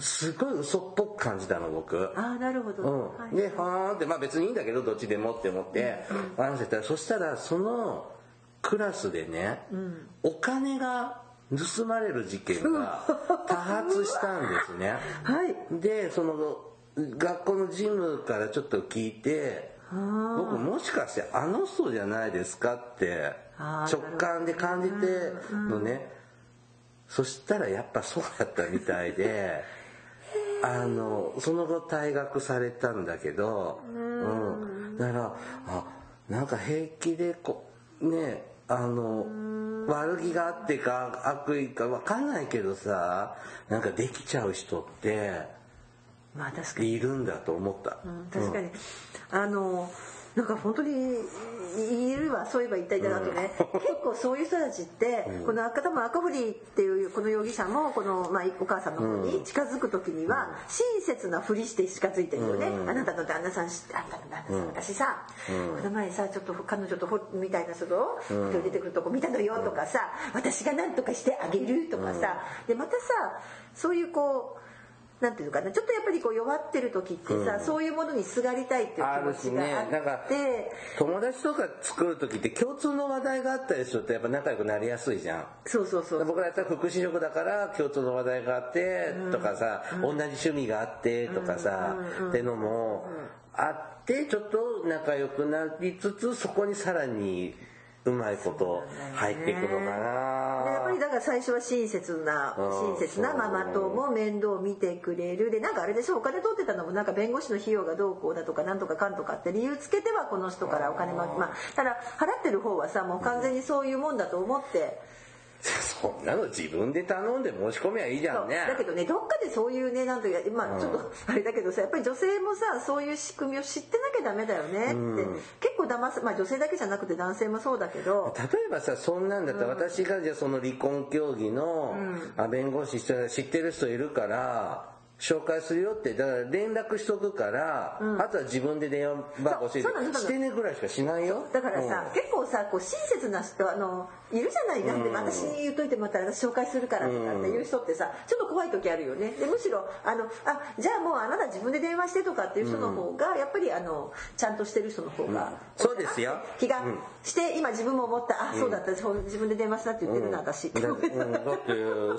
Speaker 1: すごい嘘っぽく感じたの僕、
Speaker 2: ああなるほど、
Speaker 1: うん
Speaker 2: はい
Speaker 1: ではーんってまあ別にいいんだけどどっちでもって思って話してたらそしたらそのクラスでね、お金が盗まれる事件が多発したんです ね
Speaker 2: はい
Speaker 1: でその学校のジムからちょっと聞いて僕もしかしてあの人じゃないですかって
Speaker 2: あー
Speaker 1: 直感で感じてのねそしたらやっぱそうだったみたい であのその後退学されたんだけどうんだからあなんか平気でこうねあの悪気があってか悪意か分かんないけどさなんかできちゃう人って
Speaker 2: まあ確かに、
Speaker 1: いるんだと思った、
Speaker 2: うん確かに、あのなんか本当にいるわそういえば一体だなとね、 結構そういう人たちって、この赤玉赤堀っていうこの容疑者もこの、まあ、お母さんの方に近づく時には、親切なふりして近づいてるよね、あなたの旦那さん知ってあなたの旦那さん私さ、この前さちょっと彼女とほみたいな人を一人出てくるとこ見たのよとかさ、私が何とかしてあげるとかさ、でまたさそういうこうなんていうのかなちょっとやっぱりこう弱ってる時ってさ、そういうものにすがりたいっていう気持ちがあ
Speaker 1: あるしねなんか
Speaker 2: って、
Speaker 1: 友達とか作る時って共通の話題があったりするとやっぱ仲良くなりやすいじゃん
Speaker 2: そうそうそう
Speaker 1: 僕らやったら福祉職だから共通の話題があってとかさ、同じ趣味があってとかさ、ってのもあってちょっと仲良くなりつつそこにさらにうまいこと入っていくのか
Speaker 2: でやっぱり
Speaker 1: な
Speaker 2: だから最初は親切な
Speaker 1: うん
Speaker 2: 親切なママ友も面倒を見てくれるでなんかあれでしょお金取ってたのもなんか弁護士の費用がどうこうだとかなんとかかんとかって理由つけてはこの人からお金のまあただ払ってる方はさもう完全にそういうもんだと思って。
Speaker 1: そんなの自分で頼んで申し込みはいいじゃ
Speaker 2: そ
Speaker 1: ん
Speaker 2: う
Speaker 1: ね
Speaker 2: だけどねどっかでそういうねなんとかまあちょっと あれだけどさやっぱり女性もさそういう仕組みを知ってなきゃダメだよねって、結構騙すまあ女性だけじゃなくて男性もそうだけど
Speaker 1: 例えばさそんなんだったら私がじゃあその離婚協議の、あ弁護士して知ってる人いるから紹介するよってだから連絡しとくから、あとは自分で電話番号教え
Speaker 2: そうそうなの
Speaker 1: てしてねぐらいしかしないよ
Speaker 2: だからさ、
Speaker 1: うん
Speaker 2: 結構さこう親切な人あのいるじゃないなんて、私に言っといてまた私紹介するからとかっていう人ってさちょっと怖い時あるよねでむしろあのあじゃあもうあなた自分で電話してとかっていう人の方が、やっぱりあのちゃんとしてる人の方が、
Speaker 1: そうですよ
Speaker 2: 気がして、今自分も思ったあそうだったそう自分で電話したって言ってるな私、
Speaker 1: だ,、
Speaker 2: だ
Speaker 1: う
Speaker 2: って
Speaker 1: ん、だって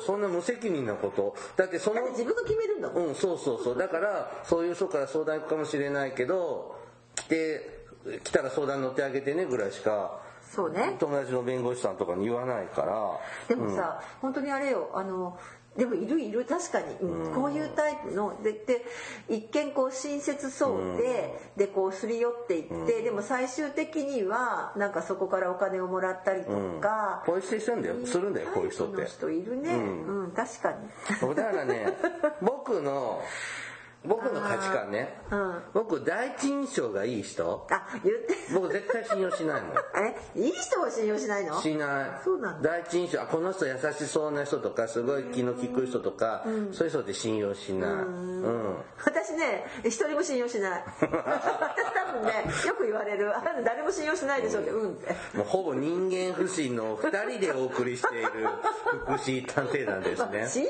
Speaker 1: そんな無責任なことだってその
Speaker 2: 自分が決めるんだもん、
Speaker 1: うん、そうそうそう。だから、そういう人から相談行くかもしれないけど、来て、来たら相談乗ってあげてねぐらいしか、
Speaker 2: そうね
Speaker 1: 友達の弁護士さんとかに言わないから、
Speaker 2: でもさ、本当にあれよあのでもいるいる確かに、うんこういうタイプのでで一見こう親切そうで、でこうすり寄っていって、でも最終的にはなんかそこからお金をもらったりとか、
Speaker 1: こういう人してるんだよ、するんだよ、こういう人っ
Speaker 2: タ
Speaker 1: て
Speaker 2: イプ。の人いるね、うん確かに
Speaker 1: そうだから ね、僕の、僕の価値観ね、
Speaker 2: うん
Speaker 1: 僕、第一印象がいい人、
Speaker 2: あ言って
Speaker 1: 僕絶対信用しないもん。
Speaker 2: あれいい人を信用しないの
Speaker 1: しない
Speaker 2: そうなんだ
Speaker 1: 第一印象あこの人優しそうな人とかすごい気の利く人とか、そういう人って信用しないうん
Speaker 2: 私ね一人も信用し ない私多分ねよく言われる「あなた誰も信用しないでしょ」って「うん」って。
Speaker 1: もうほぼ人間不信の2人でお送りしている福祉探偵団で
Speaker 2: まあ
Speaker 1: す
Speaker 2: 信
Speaker 1: ね。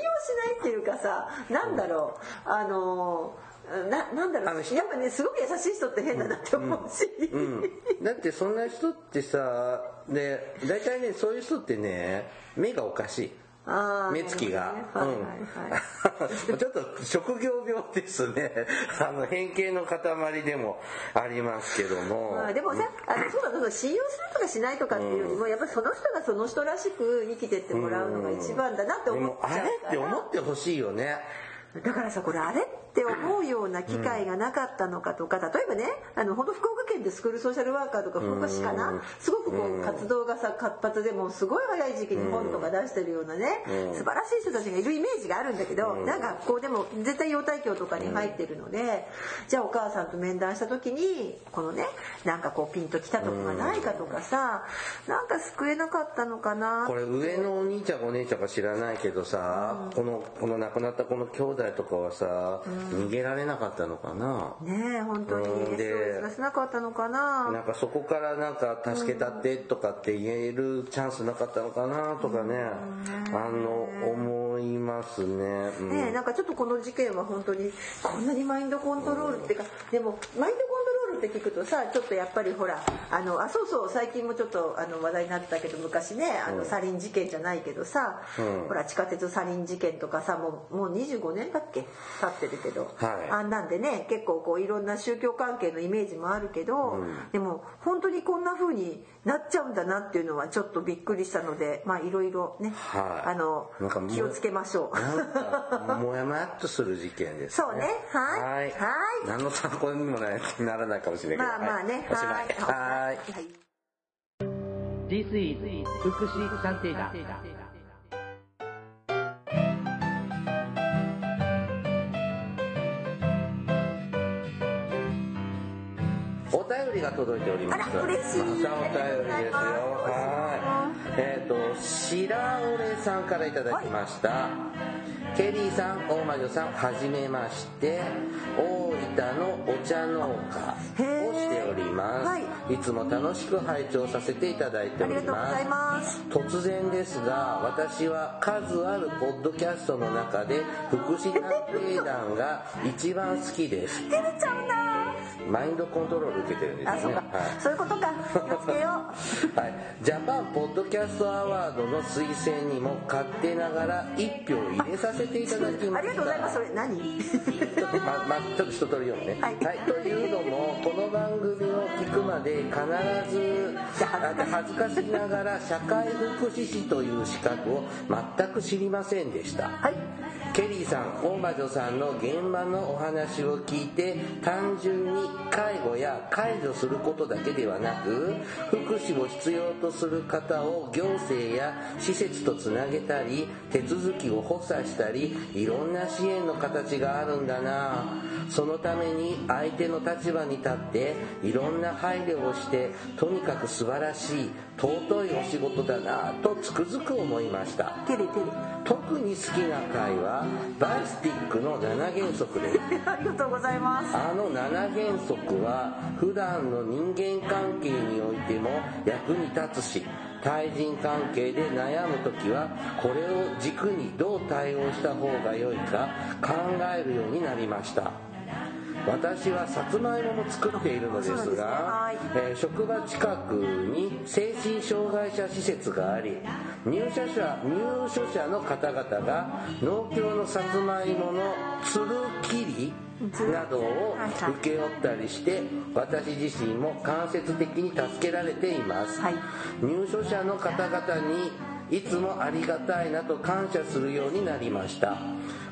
Speaker 2: 用しないっていうかさなんだろう、あのーななんだろ
Speaker 1: あ
Speaker 2: う
Speaker 1: の人
Speaker 2: やっぱねすごく優しい人って変だなって思うし、
Speaker 1: うん、だってそんな人ってさで大体ねそういう人ってね目がおか しい
Speaker 2: あー
Speaker 1: 目つきが、
Speaker 2: なるほどねはいはいはい
Speaker 1: うんちょっと職業病ですねあの偏見の塊でもありますけども、
Speaker 2: まあ、でもさあのそうだそうだ信用するとかしないとかっていうよりも、やっぱりその人がその人らしく生きてってもらうのが一番だなって
Speaker 1: で
Speaker 2: 思っ
Speaker 1: も
Speaker 2: ちゃう
Speaker 1: あれって
Speaker 2: から
Speaker 1: 思ってほしいよね
Speaker 2: だからさこれあれって思うような機会がなかったのかとか、例えばねあの本当福岡県でスクールソーシャルワーカーとか福岡市かな、すごくこう活動がさ活発でもうすごい早い時期に本とか出してるようなね、素晴らしい人たちがいるイメージがあるんだけど、なんかこうでも絶対幼体教とかに入ってるので、じゃあお母さんと面談した時にこのねなんかこうピンときたとこがないかとかさ、なんか救えなかったのかな
Speaker 1: これ上のお兄ちゃんお姉ちゃんか知らないけどさ、このこの亡くなったこの兄弟とかはさ、逃げられなかったのかな、
Speaker 2: ねえ本当に
Speaker 1: うんで
Speaker 2: SOS 出せなかったのかな
Speaker 1: なんかそこからなんか助けたってとかって言えるチャンスなかったのかなとかね、あの思いますね、うん
Speaker 2: ねえなんかちょっとこの事件は本当にこんなにマインドコントロールっていうか、でもマインドコントロールって聞くとさちょっとやっぱりほらあのあそうそう最近もちょっとあの話題になってたけど昔ねあのサリン事件じゃないけどさ、
Speaker 1: うん
Speaker 2: ほら地下鉄サリン事件とかさもうもう25年だっけ経ってるけど、
Speaker 1: はい
Speaker 2: あんなんでね結構こういろんな宗教関係のイメージもあるけど、でも本当にこんな風になっちゃうんだなっていうのはちょっとびっくりしたのでまあいろいろね、
Speaker 1: はい
Speaker 2: あの
Speaker 1: なんかもう
Speaker 2: 気をつけましょう。
Speaker 1: なんかもやもやっとする事件ですね
Speaker 2: そうね
Speaker 1: はい
Speaker 2: はいはい
Speaker 1: 何の参考にもなならないかもしれないけ
Speaker 2: ま
Speaker 1: ど
Speaker 2: あまあね、
Speaker 1: はいおしまい
Speaker 2: は
Speaker 1: はいい
Speaker 2: はい
Speaker 4: This is 福祉探偵団。
Speaker 1: お便りが届いております。
Speaker 2: あら嬉しい
Speaker 1: またお便りですよ。はい。えっ、と、白俺さんからいただきました。ケリーさん、大魔女さん、はじめまして。大分のお茶農家をしております。
Speaker 2: へー
Speaker 1: い、つも楽しく拝聴させていただいて
Speaker 2: あ
Speaker 1: お
Speaker 2: りが
Speaker 1: り
Speaker 2: とうご
Speaker 1: ま
Speaker 2: ざい
Speaker 1: す。
Speaker 2: ます。
Speaker 1: 突然ですが私は数あるポッドキャストの中で福祉探偵団が一番好きです
Speaker 2: 照れちゃうな
Speaker 1: マインドコントロール受けてるんですよ
Speaker 2: あ、
Speaker 1: ね
Speaker 2: そうか、
Speaker 1: はい
Speaker 2: そういうことか。気をつけよ
Speaker 1: はい、ジャパンポッドキャストアワードの推薦にも勝手ながら1票入れさせていただき
Speaker 2: う。あ
Speaker 1: ま
Speaker 2: りが
Speaker 1: し
Speaker 2: とうございます。そ
Speaker 1: た
Speaker 2: れ何？
Speaker 1: ままちょっと一通り読むね、
Speaker 2: はい
Speaker 1: というのもこの番組を聞くまで必ずあ恥ずかしながら社会福祉士という資格を全く知りませんでした
Speaker 2: はい。
Speaker 1: ケリーさん大魔女さんの現場のお話を聞いて単純に介護や介助することだけではなく福祉を必要とする方を行政や施設とつなげたり手続きを補佐したりいろんな支援の形があるんだなそのために相手の立場に立っていろんな配慮をしてとにかく素晴晴らしい尊いお仕事だなぁとつくづく思いました
Speaker 2: テレ テレ
Speaker 1: 特に好きな回はバイスティックの7原則です
Speaker 2: ありがとうございます
Speaker 1: あの7原則は普段の人間関係においても役に立つし対人関係で悩む時はこれを軸にどう対応した方が良いか考えるようになりました私はさつまいもも作っているので
Speaker 2: そうなん
Speaker 1: す
Speaker 2: ですねは
Speaker 1: が
Speaker 2: い
Speaker 1: えー職場近くに精神障害者施設があり入所者入所者の方々が農協のさつまいものつる切りなどを
Speaker 2: はいはい
Speaker 1: 請け負ったりして私自身も間接的に助けられています、
Speaker 2: はい
Speaker 1: 入所者の方々にいつもありがたいなと感謝するようになりました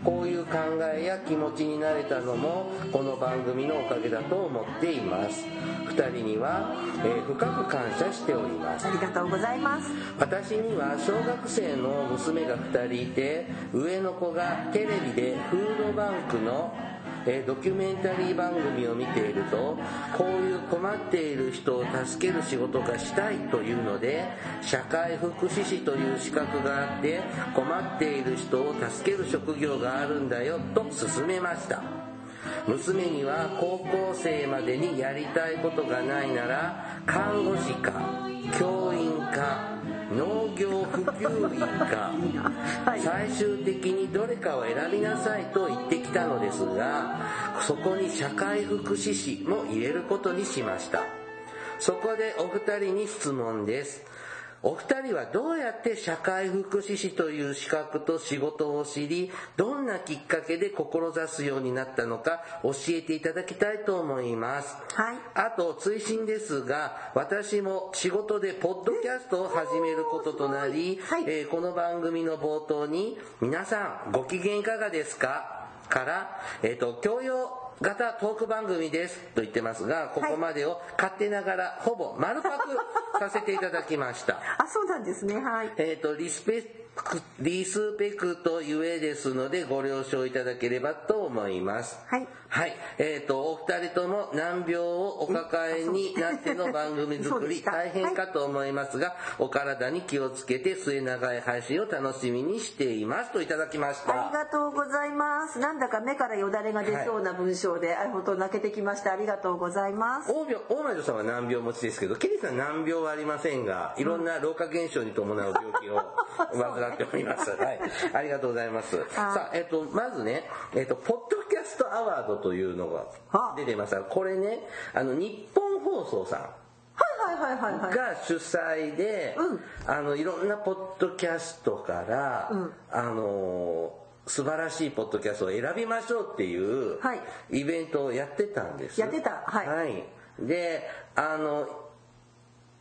Speaker 1: こういう考えや気持ちになれたのもこの番組のおかげだと思っています2人には、えー深く感謝しております
Speaker 2: ありがとうございます
Speaker 1: 私には小学生の娘が2人いて上の子がテレビでフードバンクのえードキュメンタリー番組を見ているとこういう困っている人を助ける仕事がしたいというので社会福祉士という資格があって困っている人を助ける職業があるんだよと勧めました娘には高校生までにやりたいことがないなら看護師か教員か農業普及員か
Speaker 2: はい
Speaker 1: 最終的にどれかを選びなさいと言ってきたのですがそこに社会福祉士も入れることにしましたそこでお二人に質問ですお二人はどうやって社会福祉士という資格と仕事を知りどんなきっかけで志すようになったのか教えていただきたいと思います
Speaker 2: はい
Speaker 1: あと追伸ですが私も仕事でポッドキャストを始めることとなり、
Speaker 2: はい
Speaker 1: えーこの番組の冒頭に皆さんご機嫌いかがですかから、えー、と教養型トーク番組ですと言ってますがここまでを勝手ながらほぼ丸パクさせていただきま した
Speaker 2: あそうなんですねはい
Speaker 1: えっ、と、リスペク、リスペクトゆえですので、ご了承いただければと思います。
Speaker 2: はい
Speaker 1: はい。えっ、と、お二人とも難病をお抱えになっての番組
Speaker 2: そ
Speaker 1: 作
Speaker 2: うで
Speaker 1: り、
Speaker 2: した
Speaker 1: 大変かと思いますが、お体に気をつけて末永い配信を楽しみにしていますといただきまし
Speaker 2: あり
Speaker 1: た。
Speaker 2: がとうございますなんだか目からよだれが出そうな文章で、あ本当泣けてきましたありがとうございます
Speaker 1: 大病、大魔女さんは難病持ちですけど、ケリーさん難病はありませんが、いろんな老化現象に伴う病気 を患っております。はい。ありがとうございます。さあ、えっと、まずね、えっと、ポッドキャストアワードというのが
Speaker 2: あ
Speaker 1: 出てますがこれね、あの、日本放送さん。
Speaker 2: はいはいはいはいはい
Speaker 1: が主催で、
Speaker 2: うん
Speaker 1: あのいろんなポッドキャストから、
Speaker 2: うん
Speaker 1: あのー素晴らしいポッドキャストを選びましょうっていう、
Speaker 2: はい
Speaker 1: イベントをやってたんです
Speaker 2: やってたはい
Speaker 1: であの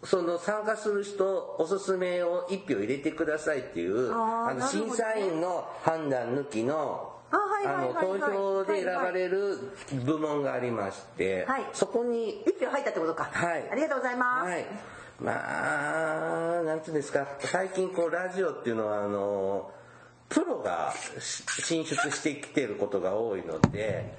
Speaker 1: その参加する人おすすめを1票入れてくださいっていう
Speaker 2: あ
Speaker 1: の
Speaker 2: ーなるほど
Speaker 1: 審
Speaker 2: ね
Speaker 1: 査員の判断抜きの
Speaker 2: あはいはいはいは
Speaker 1: あ
Speaker 2: い
Speaker 1: の投票で選ばれる部門がありまして、
Speaker 2: はい
Speaker 1: そこに
Speaker 2: 一票入ったってことか
Speaker 1: はい
Speaker 2: ありがとうございます、
Speaker 1: はい。まあ、なんていうんですか、最近こうラジオっていうのは、あの、プロがし進出してきてることが多いので、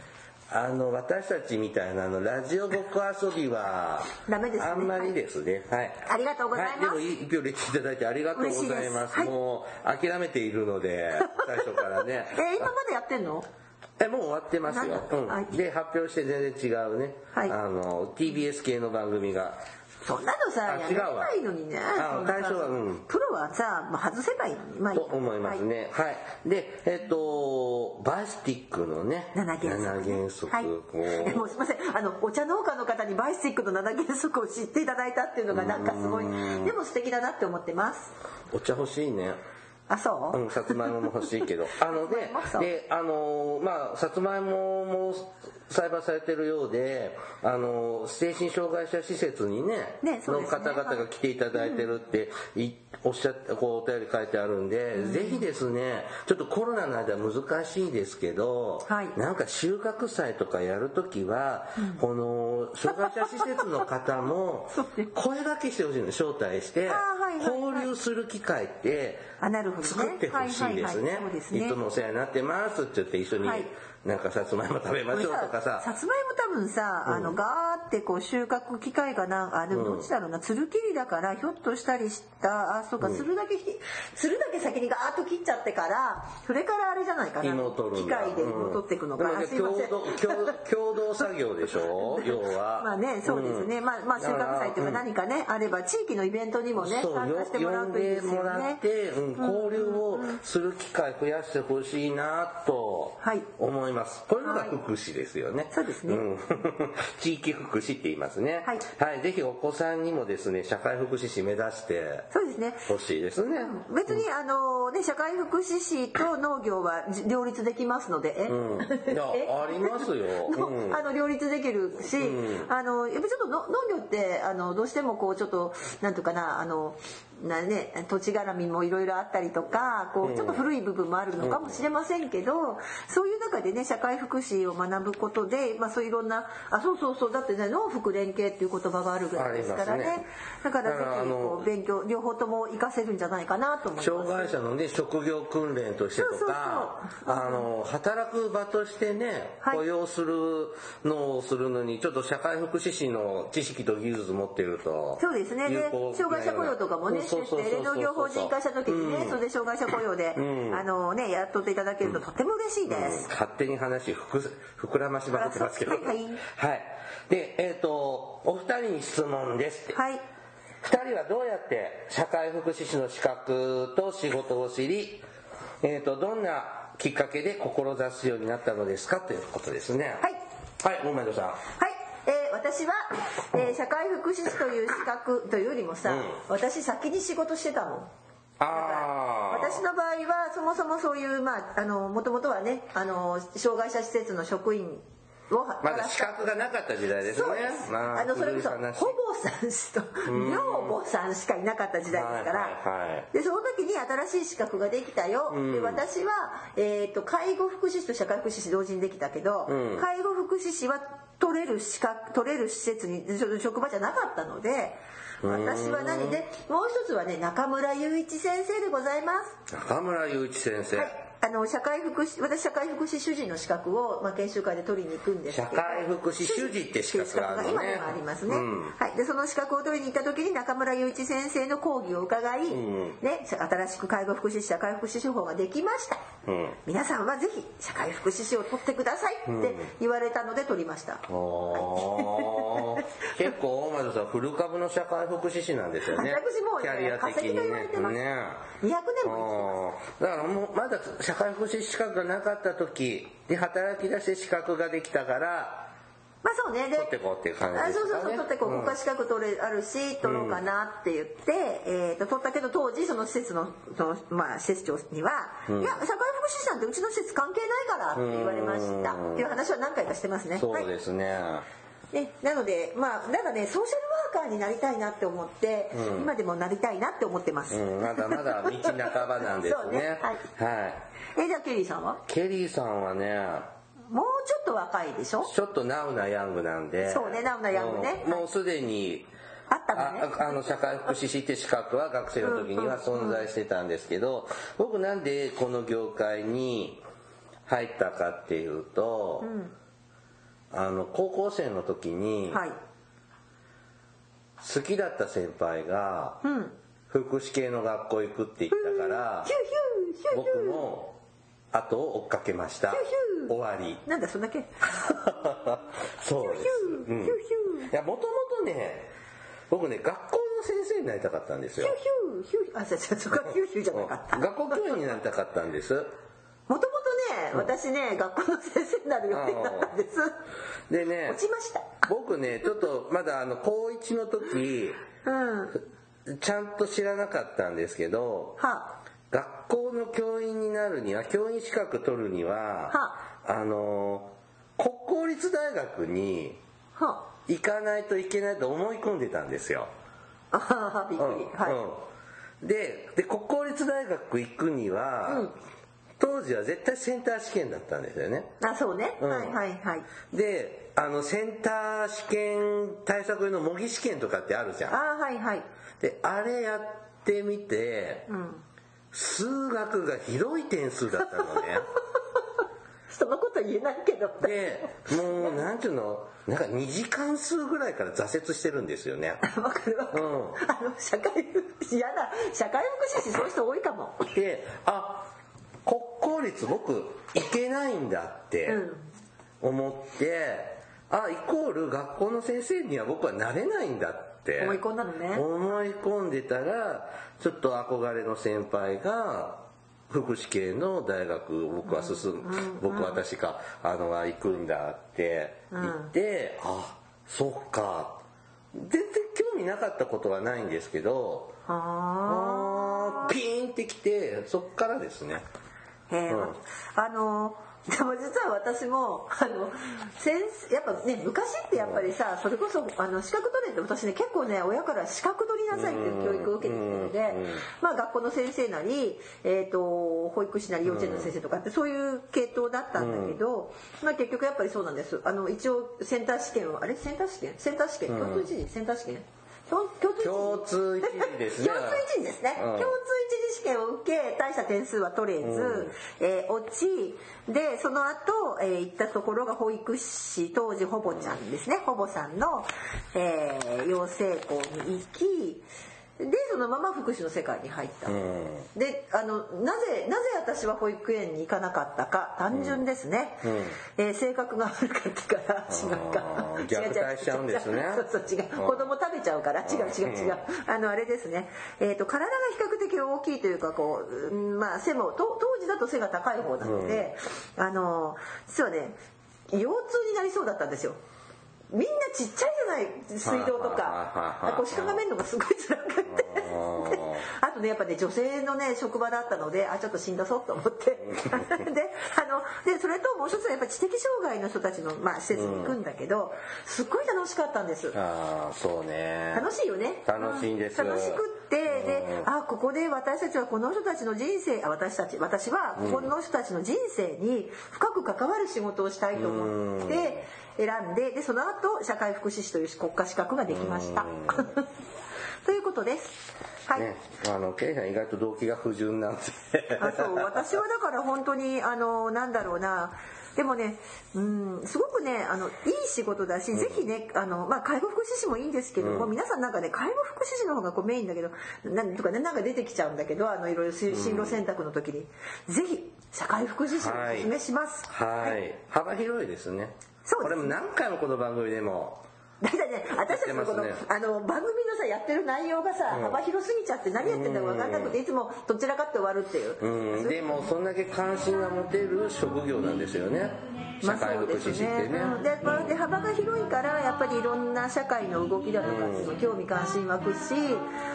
Speaker 1: あの、私たちみたいなあの、ラジオごっこ遊びは、
Speaker 2: ダメですね
Speaker 1: あんまりですね。はい。
Speaker 2: ありがとうございます
Speaker 1: はでも、一票入れていただいてありがとうございま。
Speaker 2: 嬉しいですすはい
Speaker 1: もう、諦めているので、最初から ね。
Speaker 2: えー今までやってんの
Speaker 1: えもう終わってますよ
Speaker 2: なん、だ
Speaker 1: う
Speaker 2: はい
Speaker 1: ん、で発表して全然違うね、
Speaker 2: はい
Speaker 1: あの TBS 系の番組が
Speaker 2: そんなのさ
Speaker 1: あ
Speaker 2: や
Speaker 1: 違う
Speaker 2: れ
Speaker 1: わ
Speaker 2: ないのにね
Speaker 1: あ
Speaker 2: そんなさ
Speaker 1: 最初はうん
Speaker 2: プロはさ、まあ、外せばいいのにまあ
Speaker 1: と思いますね。はい。で、えっ、と、バイスティックのね、
Speaker 2: 7原則、
Speaker 1: 七原則
Speaker 2: はい
Speaker 1: こう
Speaker 2: でもすいませんあのお茶農家の方にバイスティックの7原則を知っていただいたっていうのがなんかすごいでも素敵だなって思ってます
Speaker 1: お茶欲しいね。
Speaker 2: あそう、
Speaker 1: うん、さつまいもも欲しいけど。あのね
Speaker 2: さつ まいも
Speaker 1: で、あのーまあ、さつまいもも栽培されてるようで、あのー精神障害者施設にね、
Speaker 2: ねそう
Speaker 1: の
Speaker 2: ですね
Speaker 1: 方々が来ていただいてるって、いおっしゃって、こう、お便り書いてあるんで、ぜひですね、ちょっとコロナの間難しいですけど、
Speaker 2: はい
Speaker 1: なんか収穫祭とかやるときは、この、障害者施設の方も
Speaker 2: そうね、
Speaker 1: 声掛けしてほしいの、招待して
Speaker 2: あーはいはいはい
Speaker 1: 交流する機会って、
Speaker 2: あなるほどね
Speaker 1: 作ってほしいですね,、
Speaker 2: はいはいはいそうですね
Speaker 1: いつもお世話になってますって言って一緒に
Speaker 2: はい
Speaker 1: なんかさつまいも食べましょうとかさ、
Speaker 2: さつまいも多分さ、あのガーってこう収穫機会がなんかあでもどっちだろうな、つる切りだからひょっとしたりしたあそうか、つるだけひつるだけ先にガーッと切っちゃってからそれからあれじゃないかな
Speaker 1: 芋取る
Speaker 2: 機
Speaker 1: んだ
Speaker 2: 械で芋取っていくのか
Speaker 1: うん
Speaker 2: な、
Speaker 1: だ
Speaker 2: す
Speaker 1: け
Speaker 2: い
Speaker 1: ど
Speaker 2: ません
Speaker 1: 共同共共同作業でし ょ要は
Speaker 2: まあねそうですね、
Speaker 1: うん
Speaker 2: まあまあ収
Speaker 1: だから
Speaker 2: 穫祭というか何かね、あれば地域のイベントにもね
Speaker 1: そう
Speaker 2: 参加してもらうといいで
Speaker 1: 呼
Speaker 2: す
Speaker 1: んでも
Speaker 2: よ
Speaker 1: ら
Speaker 2: ね
Speaker 1: って、うん交流をする機会増やしてほしいなと
Speaker 2: はい
Speaker 1: 思います、こういうのが
Speaker 2: はい
Speaker 1: 福祉ですよね、
Speaker 2: そうですね
Speaker 1: ん地域福祉って言いますね
Speaker 2: はい
Speaker 1: ぜひお子さんにもですね社会福祉士目指して
Speaker 2: そうですね
Speaker 1: ほしいですね、
Speaker 2: 別にあのね社会福祉士と農業はじ両立できますのでえ、
Speaker 1: うん、いや
Speaker 2: え
Speaker 1: ありますよ、
Speaker 2: の
Speaker 1: うん
Speaker 2: あの両立できるし、あのやっぱちょっとの農業ってあのどうしてもこうちょっとなんとかなあのなね土地絡みもいろいろあったりとかこうちょっと古い部分もあるのかもしれませんけど、そういう中でね社会福祉を学ぶことで、まあ、そういろんなあそうそうそうだってね農福連携っていう言葉があるぐらいですからね
Speaker 1: ありますね
Speaker 2: だから
Speaker 1: だから
Speaker 2: ぜひこ
Speaker 1: あの
Speaker 2: う勉強両方とも活かせるんじゃないかなと思います。
Speaker 1: 障害者のね職業訓練としてとかあの働く場としてね、
Speaker 2: はい
Speaker 1: 雇用するのをするのにちょっと社会福祉士の知識と技術持っていると
Speaker 2: そうですね。
Speaker 1: 有
Speaker 2: で
Speaker 1: 効、
Speaker 2: 障害者雇用とかもね、
Speaker 1: うん
Speaker 2: して
Speaker 1: そうそうそうそう
Speaker 2: て、農業法人化した時に
Speaker 1: う
Speaker 2: ね
Speaker 1: ん、
Speaker 2: それで障害者雇用で、
Speaker 1: うん
Speaker 2: あのね、雇っていただけるととても嬉しいです。
Speaker 1: 勝手に話ふく膨らましまくってますけど
Speaker 2: あそうはい
Speaker 1: はいでえっ、とお二人に質問ですって
Speaker 2: はい。
Speaker 1: 二人はどうやって社会福祉士の資格と仕事を知り、えー、とどんなきっかけで志すようになったのですかということですねはいはい大前戸さん
Speaker 2: はい。えー私は、えー社会福祉士という資格というよりもさ、
Speaker 1: うん
Speaker 2: 私先に仕事してたもん。
Speaker 1: ああ
Speaker 2: 私の場合はそもそもそういうまああの元々はねあの障害者施設の職員を
Speaker 1: まだ資格がなかった時代ですね
Speaker 2: そうです、
Speaker 1: まあ
Speaker 2: あ、のそれこそほ
Speaker 1: 古い話
Speaker 2: ぼさんしと女房さんしかいなかった時代ですから、
Speaker 1: はいはいはい
Speaker 2: でその時に新しい資格ができたよ、
Speaker 1: ん
Speaker 2: で私は、えー、と介護福祉士と社会福祉士同時にできたけど、
Speaker 1: うん
Speaker 2: 介護福祉士は取れる資格取れる施設にし職場じゃなかったので私は何でもう一つはね中村雄一先生でございます
Speaker 1: 中村雄一先生、
Speaker 2: はい、あの社会福祉私社会福祉主人の資格を、まあ、研修会で取りに行くんですけ
Speaker 1: 社
Speaker 2: ど
Speaker 1: 会福祉主事って資格があるのね
Speaker 2: 今でもありますね、
Speaker 1: うん
Speaker 2: はい、でその資格を取りに行った時に中村雄一先生の講義を伺い、
Speaker 1: ん
Speaker 2: ね、新しく介護福祉士社会福祉士法ができました、
Speaker 1: うん
Speaker 2: 皆さんはぜひ社会福祉士を取ってくださいって言われたので取りました、
Speaker 1: おー結構大前戸さん古株の社会福祉士なんですよね
Speaker 2: 私もうね
Speaker 1: キャリア的に
Speaker 2: 化石と言われてます
Speaker 1: ね
Speaker 2: 200年も
Speaker 1: あーだからもうまだ社会福祉士資格がなかった時で働き出して資格ができたから
Speaker 2: まあそうねで
Speaker 1: 取ってこうっていう感じ
Speaker 2: あ
Speaker 1: です
Speaker 2: そうそう
Speaker 1: か
Speaker 2: そう
Speaker 1: ね
Speaker 2: 取ってこう
Speaker 1: うん
Speaker 2: 国家資格取れあるし取ろうかなって言って、えー、と取ったけど当時その施設のその、まあ、施設長には「いや社会福祉士さんってうちの施設関係ないから」って言われました
Speaker 1: うん
Speaker 2: っていう話は何回かしてますね。
Speaker 1: そう
Speaker 2: はい
Speaker 1: ですね、
Speaker 2: ね、なのでまあなんかねソーシャルワーカーになりたいなって思って、今でもなりたいなって思ってます。
Speaker 1: うん、まだまだ道半ばなんです
Speaker 2: そう
Speaker 1: ね
Speaker 2: ね はい
Speaker 1: はい、
Speaker 2: えじゃあケリーさんは
Speaker 1: ケリーさんはね
Speaker 2: もうちょっと若いでしょ
Speaker 1: ちょっとナウなヤングなんで
Speaker 2: そうねナウなヤングね
Speaker 1: もうもうすでに
Speaker 2: あったのね。
Speaker 1: ああの社会福祉士って資格は学生の時には存在してたんですけど僕なんでこの業界に入ったかっていうと、あの高校生の時に
Speaker 2: はい、
Speaker 1: 好きだった先輩が
Speaker 2: うん
Speaker 1: 福祉系の学校行くって言ったから
Speaker 2: ヒューヒューヒューヒュー
Speaker 1: 僕も後を追っかけました
Speaker 2: ヒュー
Speaker 1: 終わり
Speaker 2: なんだそんだけヒ
Speaker 1: そう
Speaker 2: ュー
Speaker 1: で
Speaker 2: ヒ
Speaker 1: す、
Speaker 2: ューヒ
Speaker 1: う
Speaker 2: ュー
Speaker 1: ん
Speaker 2: ヒュー
Speaker 1: いやもともとね僕ね学校の先生になりたかったんです
Speaker 2: ヒューヒュ
Speaker 1: よ
Speaker 2: ーヒューあそうそうそこはヒューヒューじゃなかった
Speaker 1: 学校教員になりたかったんです
Speaker 2: もともとね私ね学校の先生になる予定だったんです
Speaker 1: でね
Speaker 2: 落ちました
Speaker 1: 僕ねちょっとまだあの高1の時
Speaker 2: うんは
Speaker 1: ちゃんと知らなかったんですけど
Speaker 2: あ
Speaker 1: 学校の教員になるには教員資格取るには
Speaker 2: は
Speaker 1: あの国公立大学に
Speaker 2: は
Speaker 1: 行かないといけないと思い込んでたんですよ
Speaker 2: ああははびっくり
Speaker 1: うん
Speaker 2: は
Speaker 1: うんでで国公立大学行くには、
Speaker 2: うん
Speaker 1: 当時は絶対センター試験だったんですよね
Speaker 2: いあそうね
Speaker 1: うん
Speaker 2: はいはいはい
Speaker 1: であのセンター試験対策用の模擬試験とかってあるじゃん
Speaker 2: あはいはい
Speaker 1: であれやってみて
Speaker 2: うん
Speaker 1: 数学がひどい点数だったのね
Speaker 2: そのこと言えないけど
Speaker 1: でもうなんていうのなんか2時間数ぐらいから挫折してるんですよ ね
Speaker 2: わかるわかる、
Speaker 1: うん
Speaker 2: あの社会福祉嫌だ社会福祉士そういう人多いかも
Speaker 1: であ国公立僕行けないんだって思って、あイコール学校の先生には僕はなれないんだって
Speaker 2: 思い込んだのね
Speaker 1: 思い込んでたらちょっと憧れの先輩が福祉系の大学僕は進む、僕は確かあの行くんだって言って、あそっか全然興味なかったことはないんですけど
Speaker 2: はあ
Speaker 1: あーピーンってきてそっからですね
Speaker 2: へえ、
Speaker 1: うん
Speaker 2: あのでも実は私もあの先生やっぱね昔ってやっぱりさそれこそあの資格取れって私ね結構ね親から資格取りなさいっていう教育を受けてきたので、
Speaker 1: うん
Speaker 2: まあ、学校の先生なり、えー、と保育士なり幼稚園の先生とかってそういう系統だったんだけど、まあ、結局やっぱりそうなんですあの一応センター試験をあれセンター試験センター試験共通一次センター試験共共通一次
Speaker 1: 共通一時ですね
Speaker 2: 共通一次ですね、
Speaker 1: うん
Speaker 2: 共通一次試験を受け大した点数は取れず、
Speaker 1: うん
Speaker 2: えー落ちでその後、えー行ったところが保育士当時ほぼちゃんですねほぼさんの、えー養成校に行きでそのまま福祉の世界に入った、
Speaker 1: うん
Speaker 2: であのなぜなぜ私は保育園に行かなかったか単純ですね、
Speaker 1: うん
Speaker 2: えー性格が悪かったから
Speaker 1: あー
Speaker 2: 違うか
Speaker 1: 虐待しちゃうんですね
Speaker 2: そうそう違う
Speaker 1: うん
Speaker 2: 子供食べちゃうから違う違う違う
Speaker 1: うん
Speaker 2: あのあれですね、えー、と体が比較的大きいというかこう、うんまあ、背もと当時だと背が高い方なので、あの実はね腰痛になりそうだったんですよみんなちっちゃいじゃない水道と
Speaker 1: はいはいはいは
Speaker 2: か
Speaker 1: い
Speaker 2: 腰かがめるのがすごい辛くってあとねやっぱね女性のね職場だったのであちょっと死んだそうと思ってであのでそれともう一つはやっぱ知的障害の人たちの、まあ、施設に行くんだけど、すっごい楽しかったんです
Speaker 1: ああそうね
Speaker 2: 楽しいよね
Speaker 1: 楽しいんです
Speaker 2: 楽しくってであここで私たちはこの人たちの人生あ私たち私はこの人たちの人生に深く関わる仕事をしたいと思って選んででその後社会福祉士という国家資格ができました ということですはい、
Speaker 1: ね、あのケイさん意外と動機が不純なんで
Speaker 2: あそう私はだから本当にあのなんだろうなでもねうんすごくねあのいい仕事だし、ぜひねあの、まあ、介護福祉士もいいんですけども、皆さんなんかね介護福祉士の方がこうメインだけどなんとかねなんか出てきちゃうんだけどあのいろいろ進路選択の時に、ぜひ社会福祉士をおすすめします。
Speaker 1: はい、幅広いですね
Speaker 2: そう
Speaker 1: こ
Speaker 2: ですね
Speaker 1: れも何回もこの番組でも
Speaker 2: だからね私たちのこの,、
Speaker 1: やってま
Speaker 2: あの番組のさやってる内容がさ、幅広すぎちゃって何やってんだか分かんなくていつもどちらかって終わるっていう、
Speaker 1: うんでもそんだけ関心が持てる職業なんですよね社会福祉士ってね,、
Speaker 2: まあそうですねでまあで幅が広いからやっぱりいろんな社会の動きだとかにも興味関心湧くし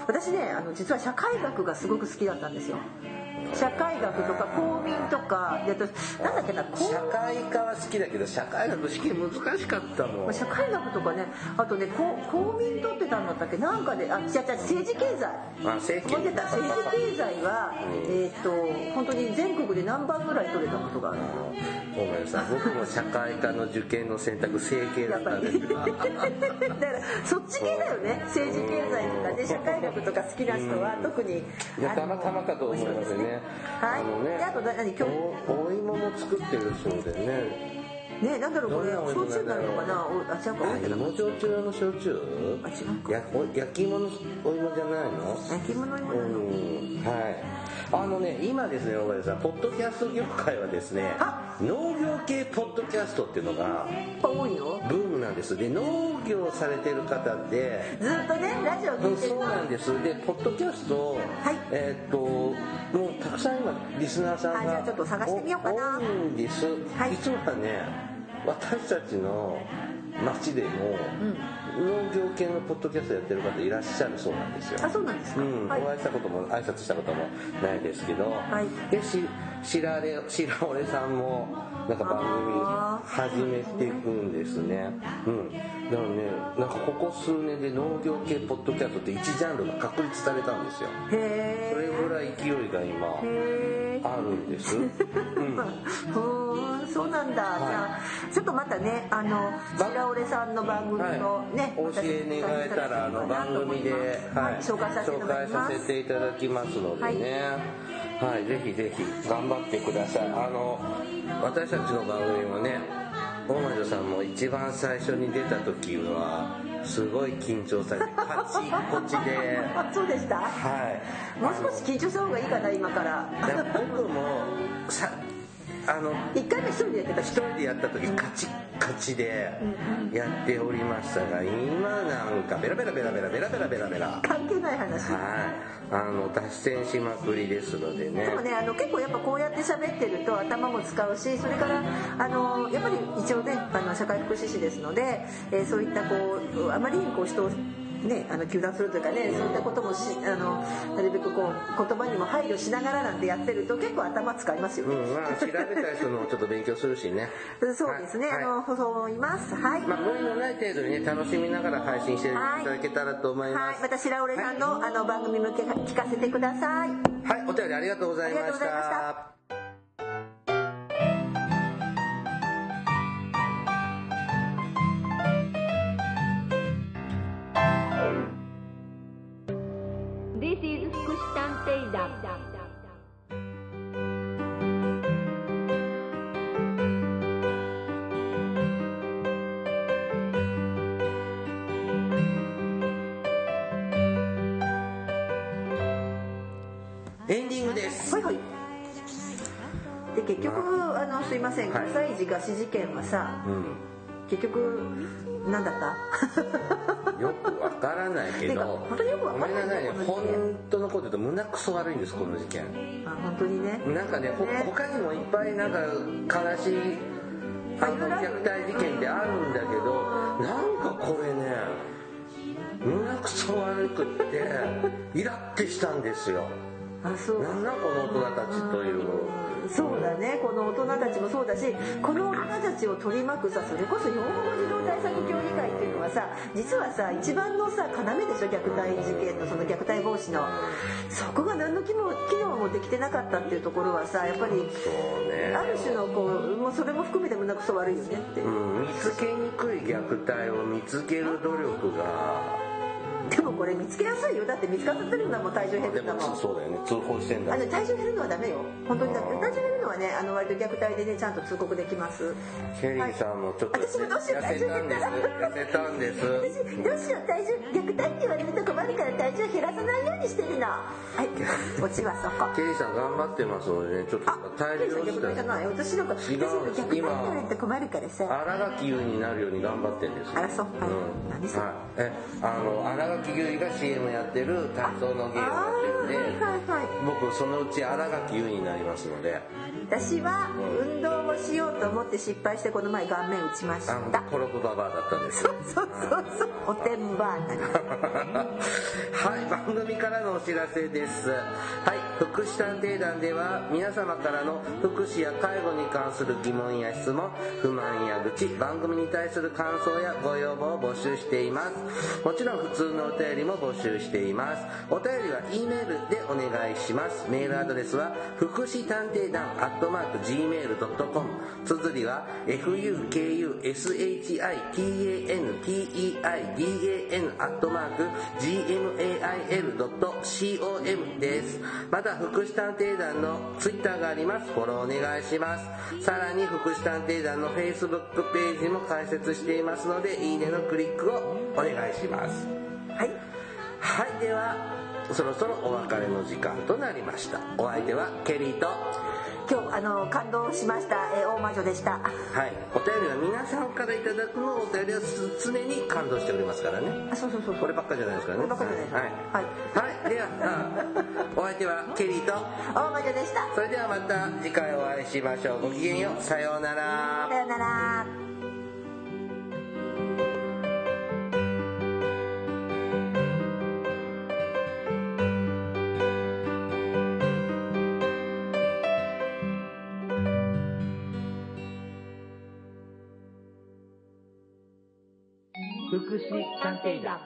Speaker 2: 私ねあの実は社会学がすごく好きだったんですよ社会学とか公民とかで私なんだっけな公
Speaker 1: 社会科は好きだけど社会学試験難しかったもん
Speaker 2: 社会学とかねあとね公公民取ってたんだったっけなんかであ違う違う政治経済
Speaker 1: あ正規
Speaker 2: 取ってた政治経済は、えーっと本当に全国で何番ぐらい取れたことがある
Speaker 1: ごめんなさい僕も社会科の受験の選択整形だ
Speaker 2: や
Speaker 1: っ
Speaker 2: ったぱ
Speaker 1: んで
Speaker 2: り
Speaker 1: す
Speaker 2: だか
Speaker 1: が
Speaker 2: らそっち系だよね政治経済とかね社会学とか好きな人は特に
Speaker 1: いや
Speaker 2: あの
Speaker 1: たまたまかと思いますね。
Speaker 2: はい
Speaker 1: あのね、
Speaker 2: であとな何今日
Speaker 1: おお芋も作ってるそうでね。
Speaker 2: ねなんだろうこれ
Speaker 1: どんなお芋
Speaker 2: 焼酎になるのかな
Speaker 1: な
Speaker 2: おあ違うか
Speaker 1: あ
Speaker 2: お酒だ
Speaker 1: 芋焼酎用の焼酎？
Speaker 2: あ違うか
Speaker 1: やお焼き芋のお芋じゃないの？
Speaker 2: 焼き物にもな
Speaker 1: う
Speaker 2: るの
Speaker 1: んはい。あのね今ですね小林さんポッドキャスト業界はですね
Speaker 2: あ
Speaker 1: 農業系ポッドキャストっていうのが
Speaker 2: やっぱ多いの
Speaker 1: ブームなんです。で農業されてる方って。
Speaker 2: ずっとねラジオ
Speaker 1: う
Speaker 2: 聞
Speaker 1: ん
Speaker 2: いてる
Speaker 1: そう
Speaker 2: の
Speaker 1: なんですでポッドキャスト、
Speaker 2: い
Speaker 1: えーっともうたくさん今リスナーさん
Speaker 2: あじゃ
Speaker 1: が
Speaker 2: あちょっと探してみようかな
Speaker 1: お多いんです、
Speaker 2: はい
Speaker 1: 実はね私たちの町でも、農業系のポッドキャストやってる方いらっしゃるそうなんですよ
Speaker 2: あそうなんですか
Speaker 1: うん、
Speaker 2: はい
Speaker 1: お会いしたことも挨拶したこともないですけど、
Speaker 2: い
Speaker 1: でし白れ白折さんもなんか番組始めていくんですね、うん、だからねなんかここ数年で農業系ポッドキャストって1ジャンルが確立されたんですよ
Speaker 2: へ
Speaker 1: それ
Speaker 2: え
Speaker 1: ぐらい勢いが今
Speaker 2: へえ
Speaker 1: あるんです、うん、
Speaker 2: うんそうな
Speaker 1: い
Speaker 2: んだ、じゃあちょっとまたねあの白折さんの番組のね、
Speaker 1: お教え願えたらあの番組で、
Speaker 2: はい、紹介させていた
Speaker 1: 紹
Speaker 2: だ
Speaker 1: 介
Speaker 2: きま
Speaker 1: さ
Speaker 2: す
Speaker 1: せていただきますのでね、はいぜひぜひ頑張ってくださいあの私たちの番組もね大魔女さんも一番最初に出た時はすごい緊張されてカチコチで
Speaker 2: あそうでした
Speaker 1: はい
Speaker 2: もう少し緊張した方がいいかな今から
Speaker 1: あのだから僕もさあの
Speaker 2: 一回目一人でやってた
Speaker 1: 一人でやった時カチッカチでやっておりましたが今なんかベラベラベラベラベラベラベラベラ
Speaker 2: 関係ない話
Speaker 1: はいあの脱線しまくりですのでね
Speaker 2: でもねあの結構やっぱこうやって喋ってると頭も使うしそれからあのやっぱり一応ねあの社会福祉士ですので、えーそういったこうあまりにこう人をね、あの糾弾するというかねそういったこともしあのなるべくこう言葉にも配慮しながらなんてやってると結構頭使いますよ
Speaker 1: う
Speaker 2: ね、
Speaker 1: んまあ調べたりするのもちょっと勉強するしね
Speaker 2: そうですね、
Speaker 1: はい
Speaker 2: あのそう思いますはい、
Speaker 1: まあ無理のない程度にね楽しみながら配信していただけたらと思いま
Speaker 2: はい、
Speaker 1: す
Speaker 2: また白折さんの,、あの番組向け聞かせてください
Speaker 1: はいお便りありがとうございま
Speaker 2: ありがとう
Speaker 1: し
Speaker 2: ございました
Speaker 5: 福祉探偵団
Speaker 1: エンディングです
Speaker 2: はいはい。で結局あのすいません
Speaker 1: はい
Speaker 2: 5歳児餓死事件はさ
Speaker 1: うん
Speaker 2: 結局何だった
Speaker 1: よくわからないけ
Speaker 2: てか
Speaker 1: ど
Speaker 2: 本当によくわ
Speaker 1: ご
Speaker 2: か
Speaker 1: め
Speaker 2: ん
Speaker 1: ん
Speaker 2: ない
Speaker 1: なさいね
Speaker 2: この事件
Speaker 1: 本当のこと言うと胸くそ悪いんですこの事件
Speaker 2: あ本当にね
Speaker 1: なんかねほ
Speaker 2: ね
Speaker 1: 他にもいっぱいなんか悲しいあの虐待事件ってあるんだけどなんかこれね胸くそ悪く ってイラってしたんですよ
Speaker 2: あそう
Speaker 1: なんだこの大人たちという
Speaker 2: そうだねこの大人たちもそうだしこの大人たちを取り巻くさそれこそ養護児童対策協議会っていうのはさ実はさ一番のさ要でしょ虐待事件のその虐待防止のそこが何の機能機能もできてなかったっていうところはさやっぱり
Speaker 1: そうね
Speaker 2: ある種のこうもうそれも含めて胸くそ悪いよねっていう
Speaker 1: うん見つけにくい虐待を見つける努力が
Speaker 2: でもこれ見つけやすいよだって見つかってるんだもん体重減
Speaker 1: で
Speaker 2: るんだ
Speaker 1: も
Speaker 2: もん
Speaker 1: そうだよね通報してんだ
Speaker 2: あの体重減るのはダメよ本当にだって
Speaker 1: あー
Speaker 2: 体重減るのはねあの割と虐待でねちゃんと通告できます
Speaker 1: ケリーさんもちょっと痩せ
Speaker 2: はい私もどうしよう
Speaker 1: 痩せたんです痩せたんです
Speaker 2: 私どうしよう体重虐待って言われると困るから体重減らさないようにしてるのはい落ちはそこ
Speaker 1: ケリーさん頑張ってますのでねちょっと
Speaker 2: あ
Speaker 1: 体
Speaker 2: ケイさ
Speaker 1: 重落
Speaker 2: ん
Speaker 1: ち
Speaker 2: 虐待じゃ
Speaker 1: た
Speaker 2: ない私なんか私
Speaker 1: 違
Speaker 2: なん
Speaker 1: うん
Speaker 2: か
Speaker 1: です
Speaker 2: 虐待って言われると困るからさ
Speaker 1: 新垣結衣になるように頑張ってんです
Speaker 2: あらそうあ
Speaker 1: うん
Speaker 2: 何それ
Speaker 1: はいえあの新垣結衣が CM やってる体操のゲームやってるんで
Speaker 2: あーはいはい
Speaker 1: 僕そのうち新垣結衣になりますので
Speaker 2: 私は運動をしようと思って失敗してこの前顔面打ちまし
Speaker 1: あの
Speaker 2: た
Speaker 1: コロコババアだったんです
Speaker 2: そうそうそうそうおてんばあなり
Speaker 1: はい、番組からのお知らせです。はい、福祉探偵団では皆様からの福祉や介護に関する疑問や質問、不満や愚痴、番組に対する感想やご要望を募集しています。もちろん普通のお便りも募集しています。お便りは E メールでお願いします。メールアドレスは福祉探偵団アットマーク gmail.com 綴りは fukushitanteidan アットマーク gmail.com ですまた福祉探偵団のツイッターがありますフォローお願いしますさらに福祉探偵団のフェイスブックページも開設していますのでいいねのクリックをお願いします
Speaker 2: はい
Speaker 1: はいではそろそろお別れの時間となりましたお相手はケリーと
Speaker 2: 今日あの感動しました、えー大魔女でした
Speaker 1: はい、お便りは皆さんからいただくのをお便りは常に感動しておりますからね
Speaker 2: あそうそうそうそう
Speaker 1: こればっかじゃないですからね
Speaker 2: こればっかじゃないです
Speaker 1: はい、
Speaker 2: はい
Speaker 1: はいではあお相手はケリーと
Speaker 2: 大魔女でした
Speaker 1: それではまた次回お会いしましょうごきげんようさようなら
Speaker 2: さよなら
Speaker 4: 福祉探偵団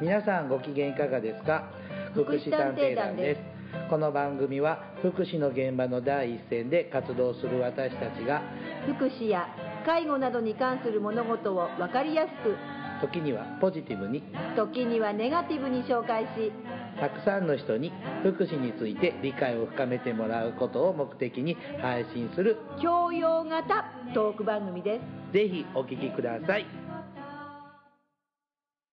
Speaker 4: 皆さんご機嫌いかがですか
Speaker 5: 福祉探偵団です
Speaker 4: この番組は福祉の現場の第一線で活動する私たちが
Speaker 5: 福祉や介護などに関する物事を分かりやすく
Speaker 4: 時にはポジティブに
Speaker 5: 時にはネガティブに紹介した
Speaker 4: くさんの人に福祉について理解を深めてもらうことを目的に配信する
Speaker 5: 教養型トーク番組です
Speaker 4: ぜひお聞きください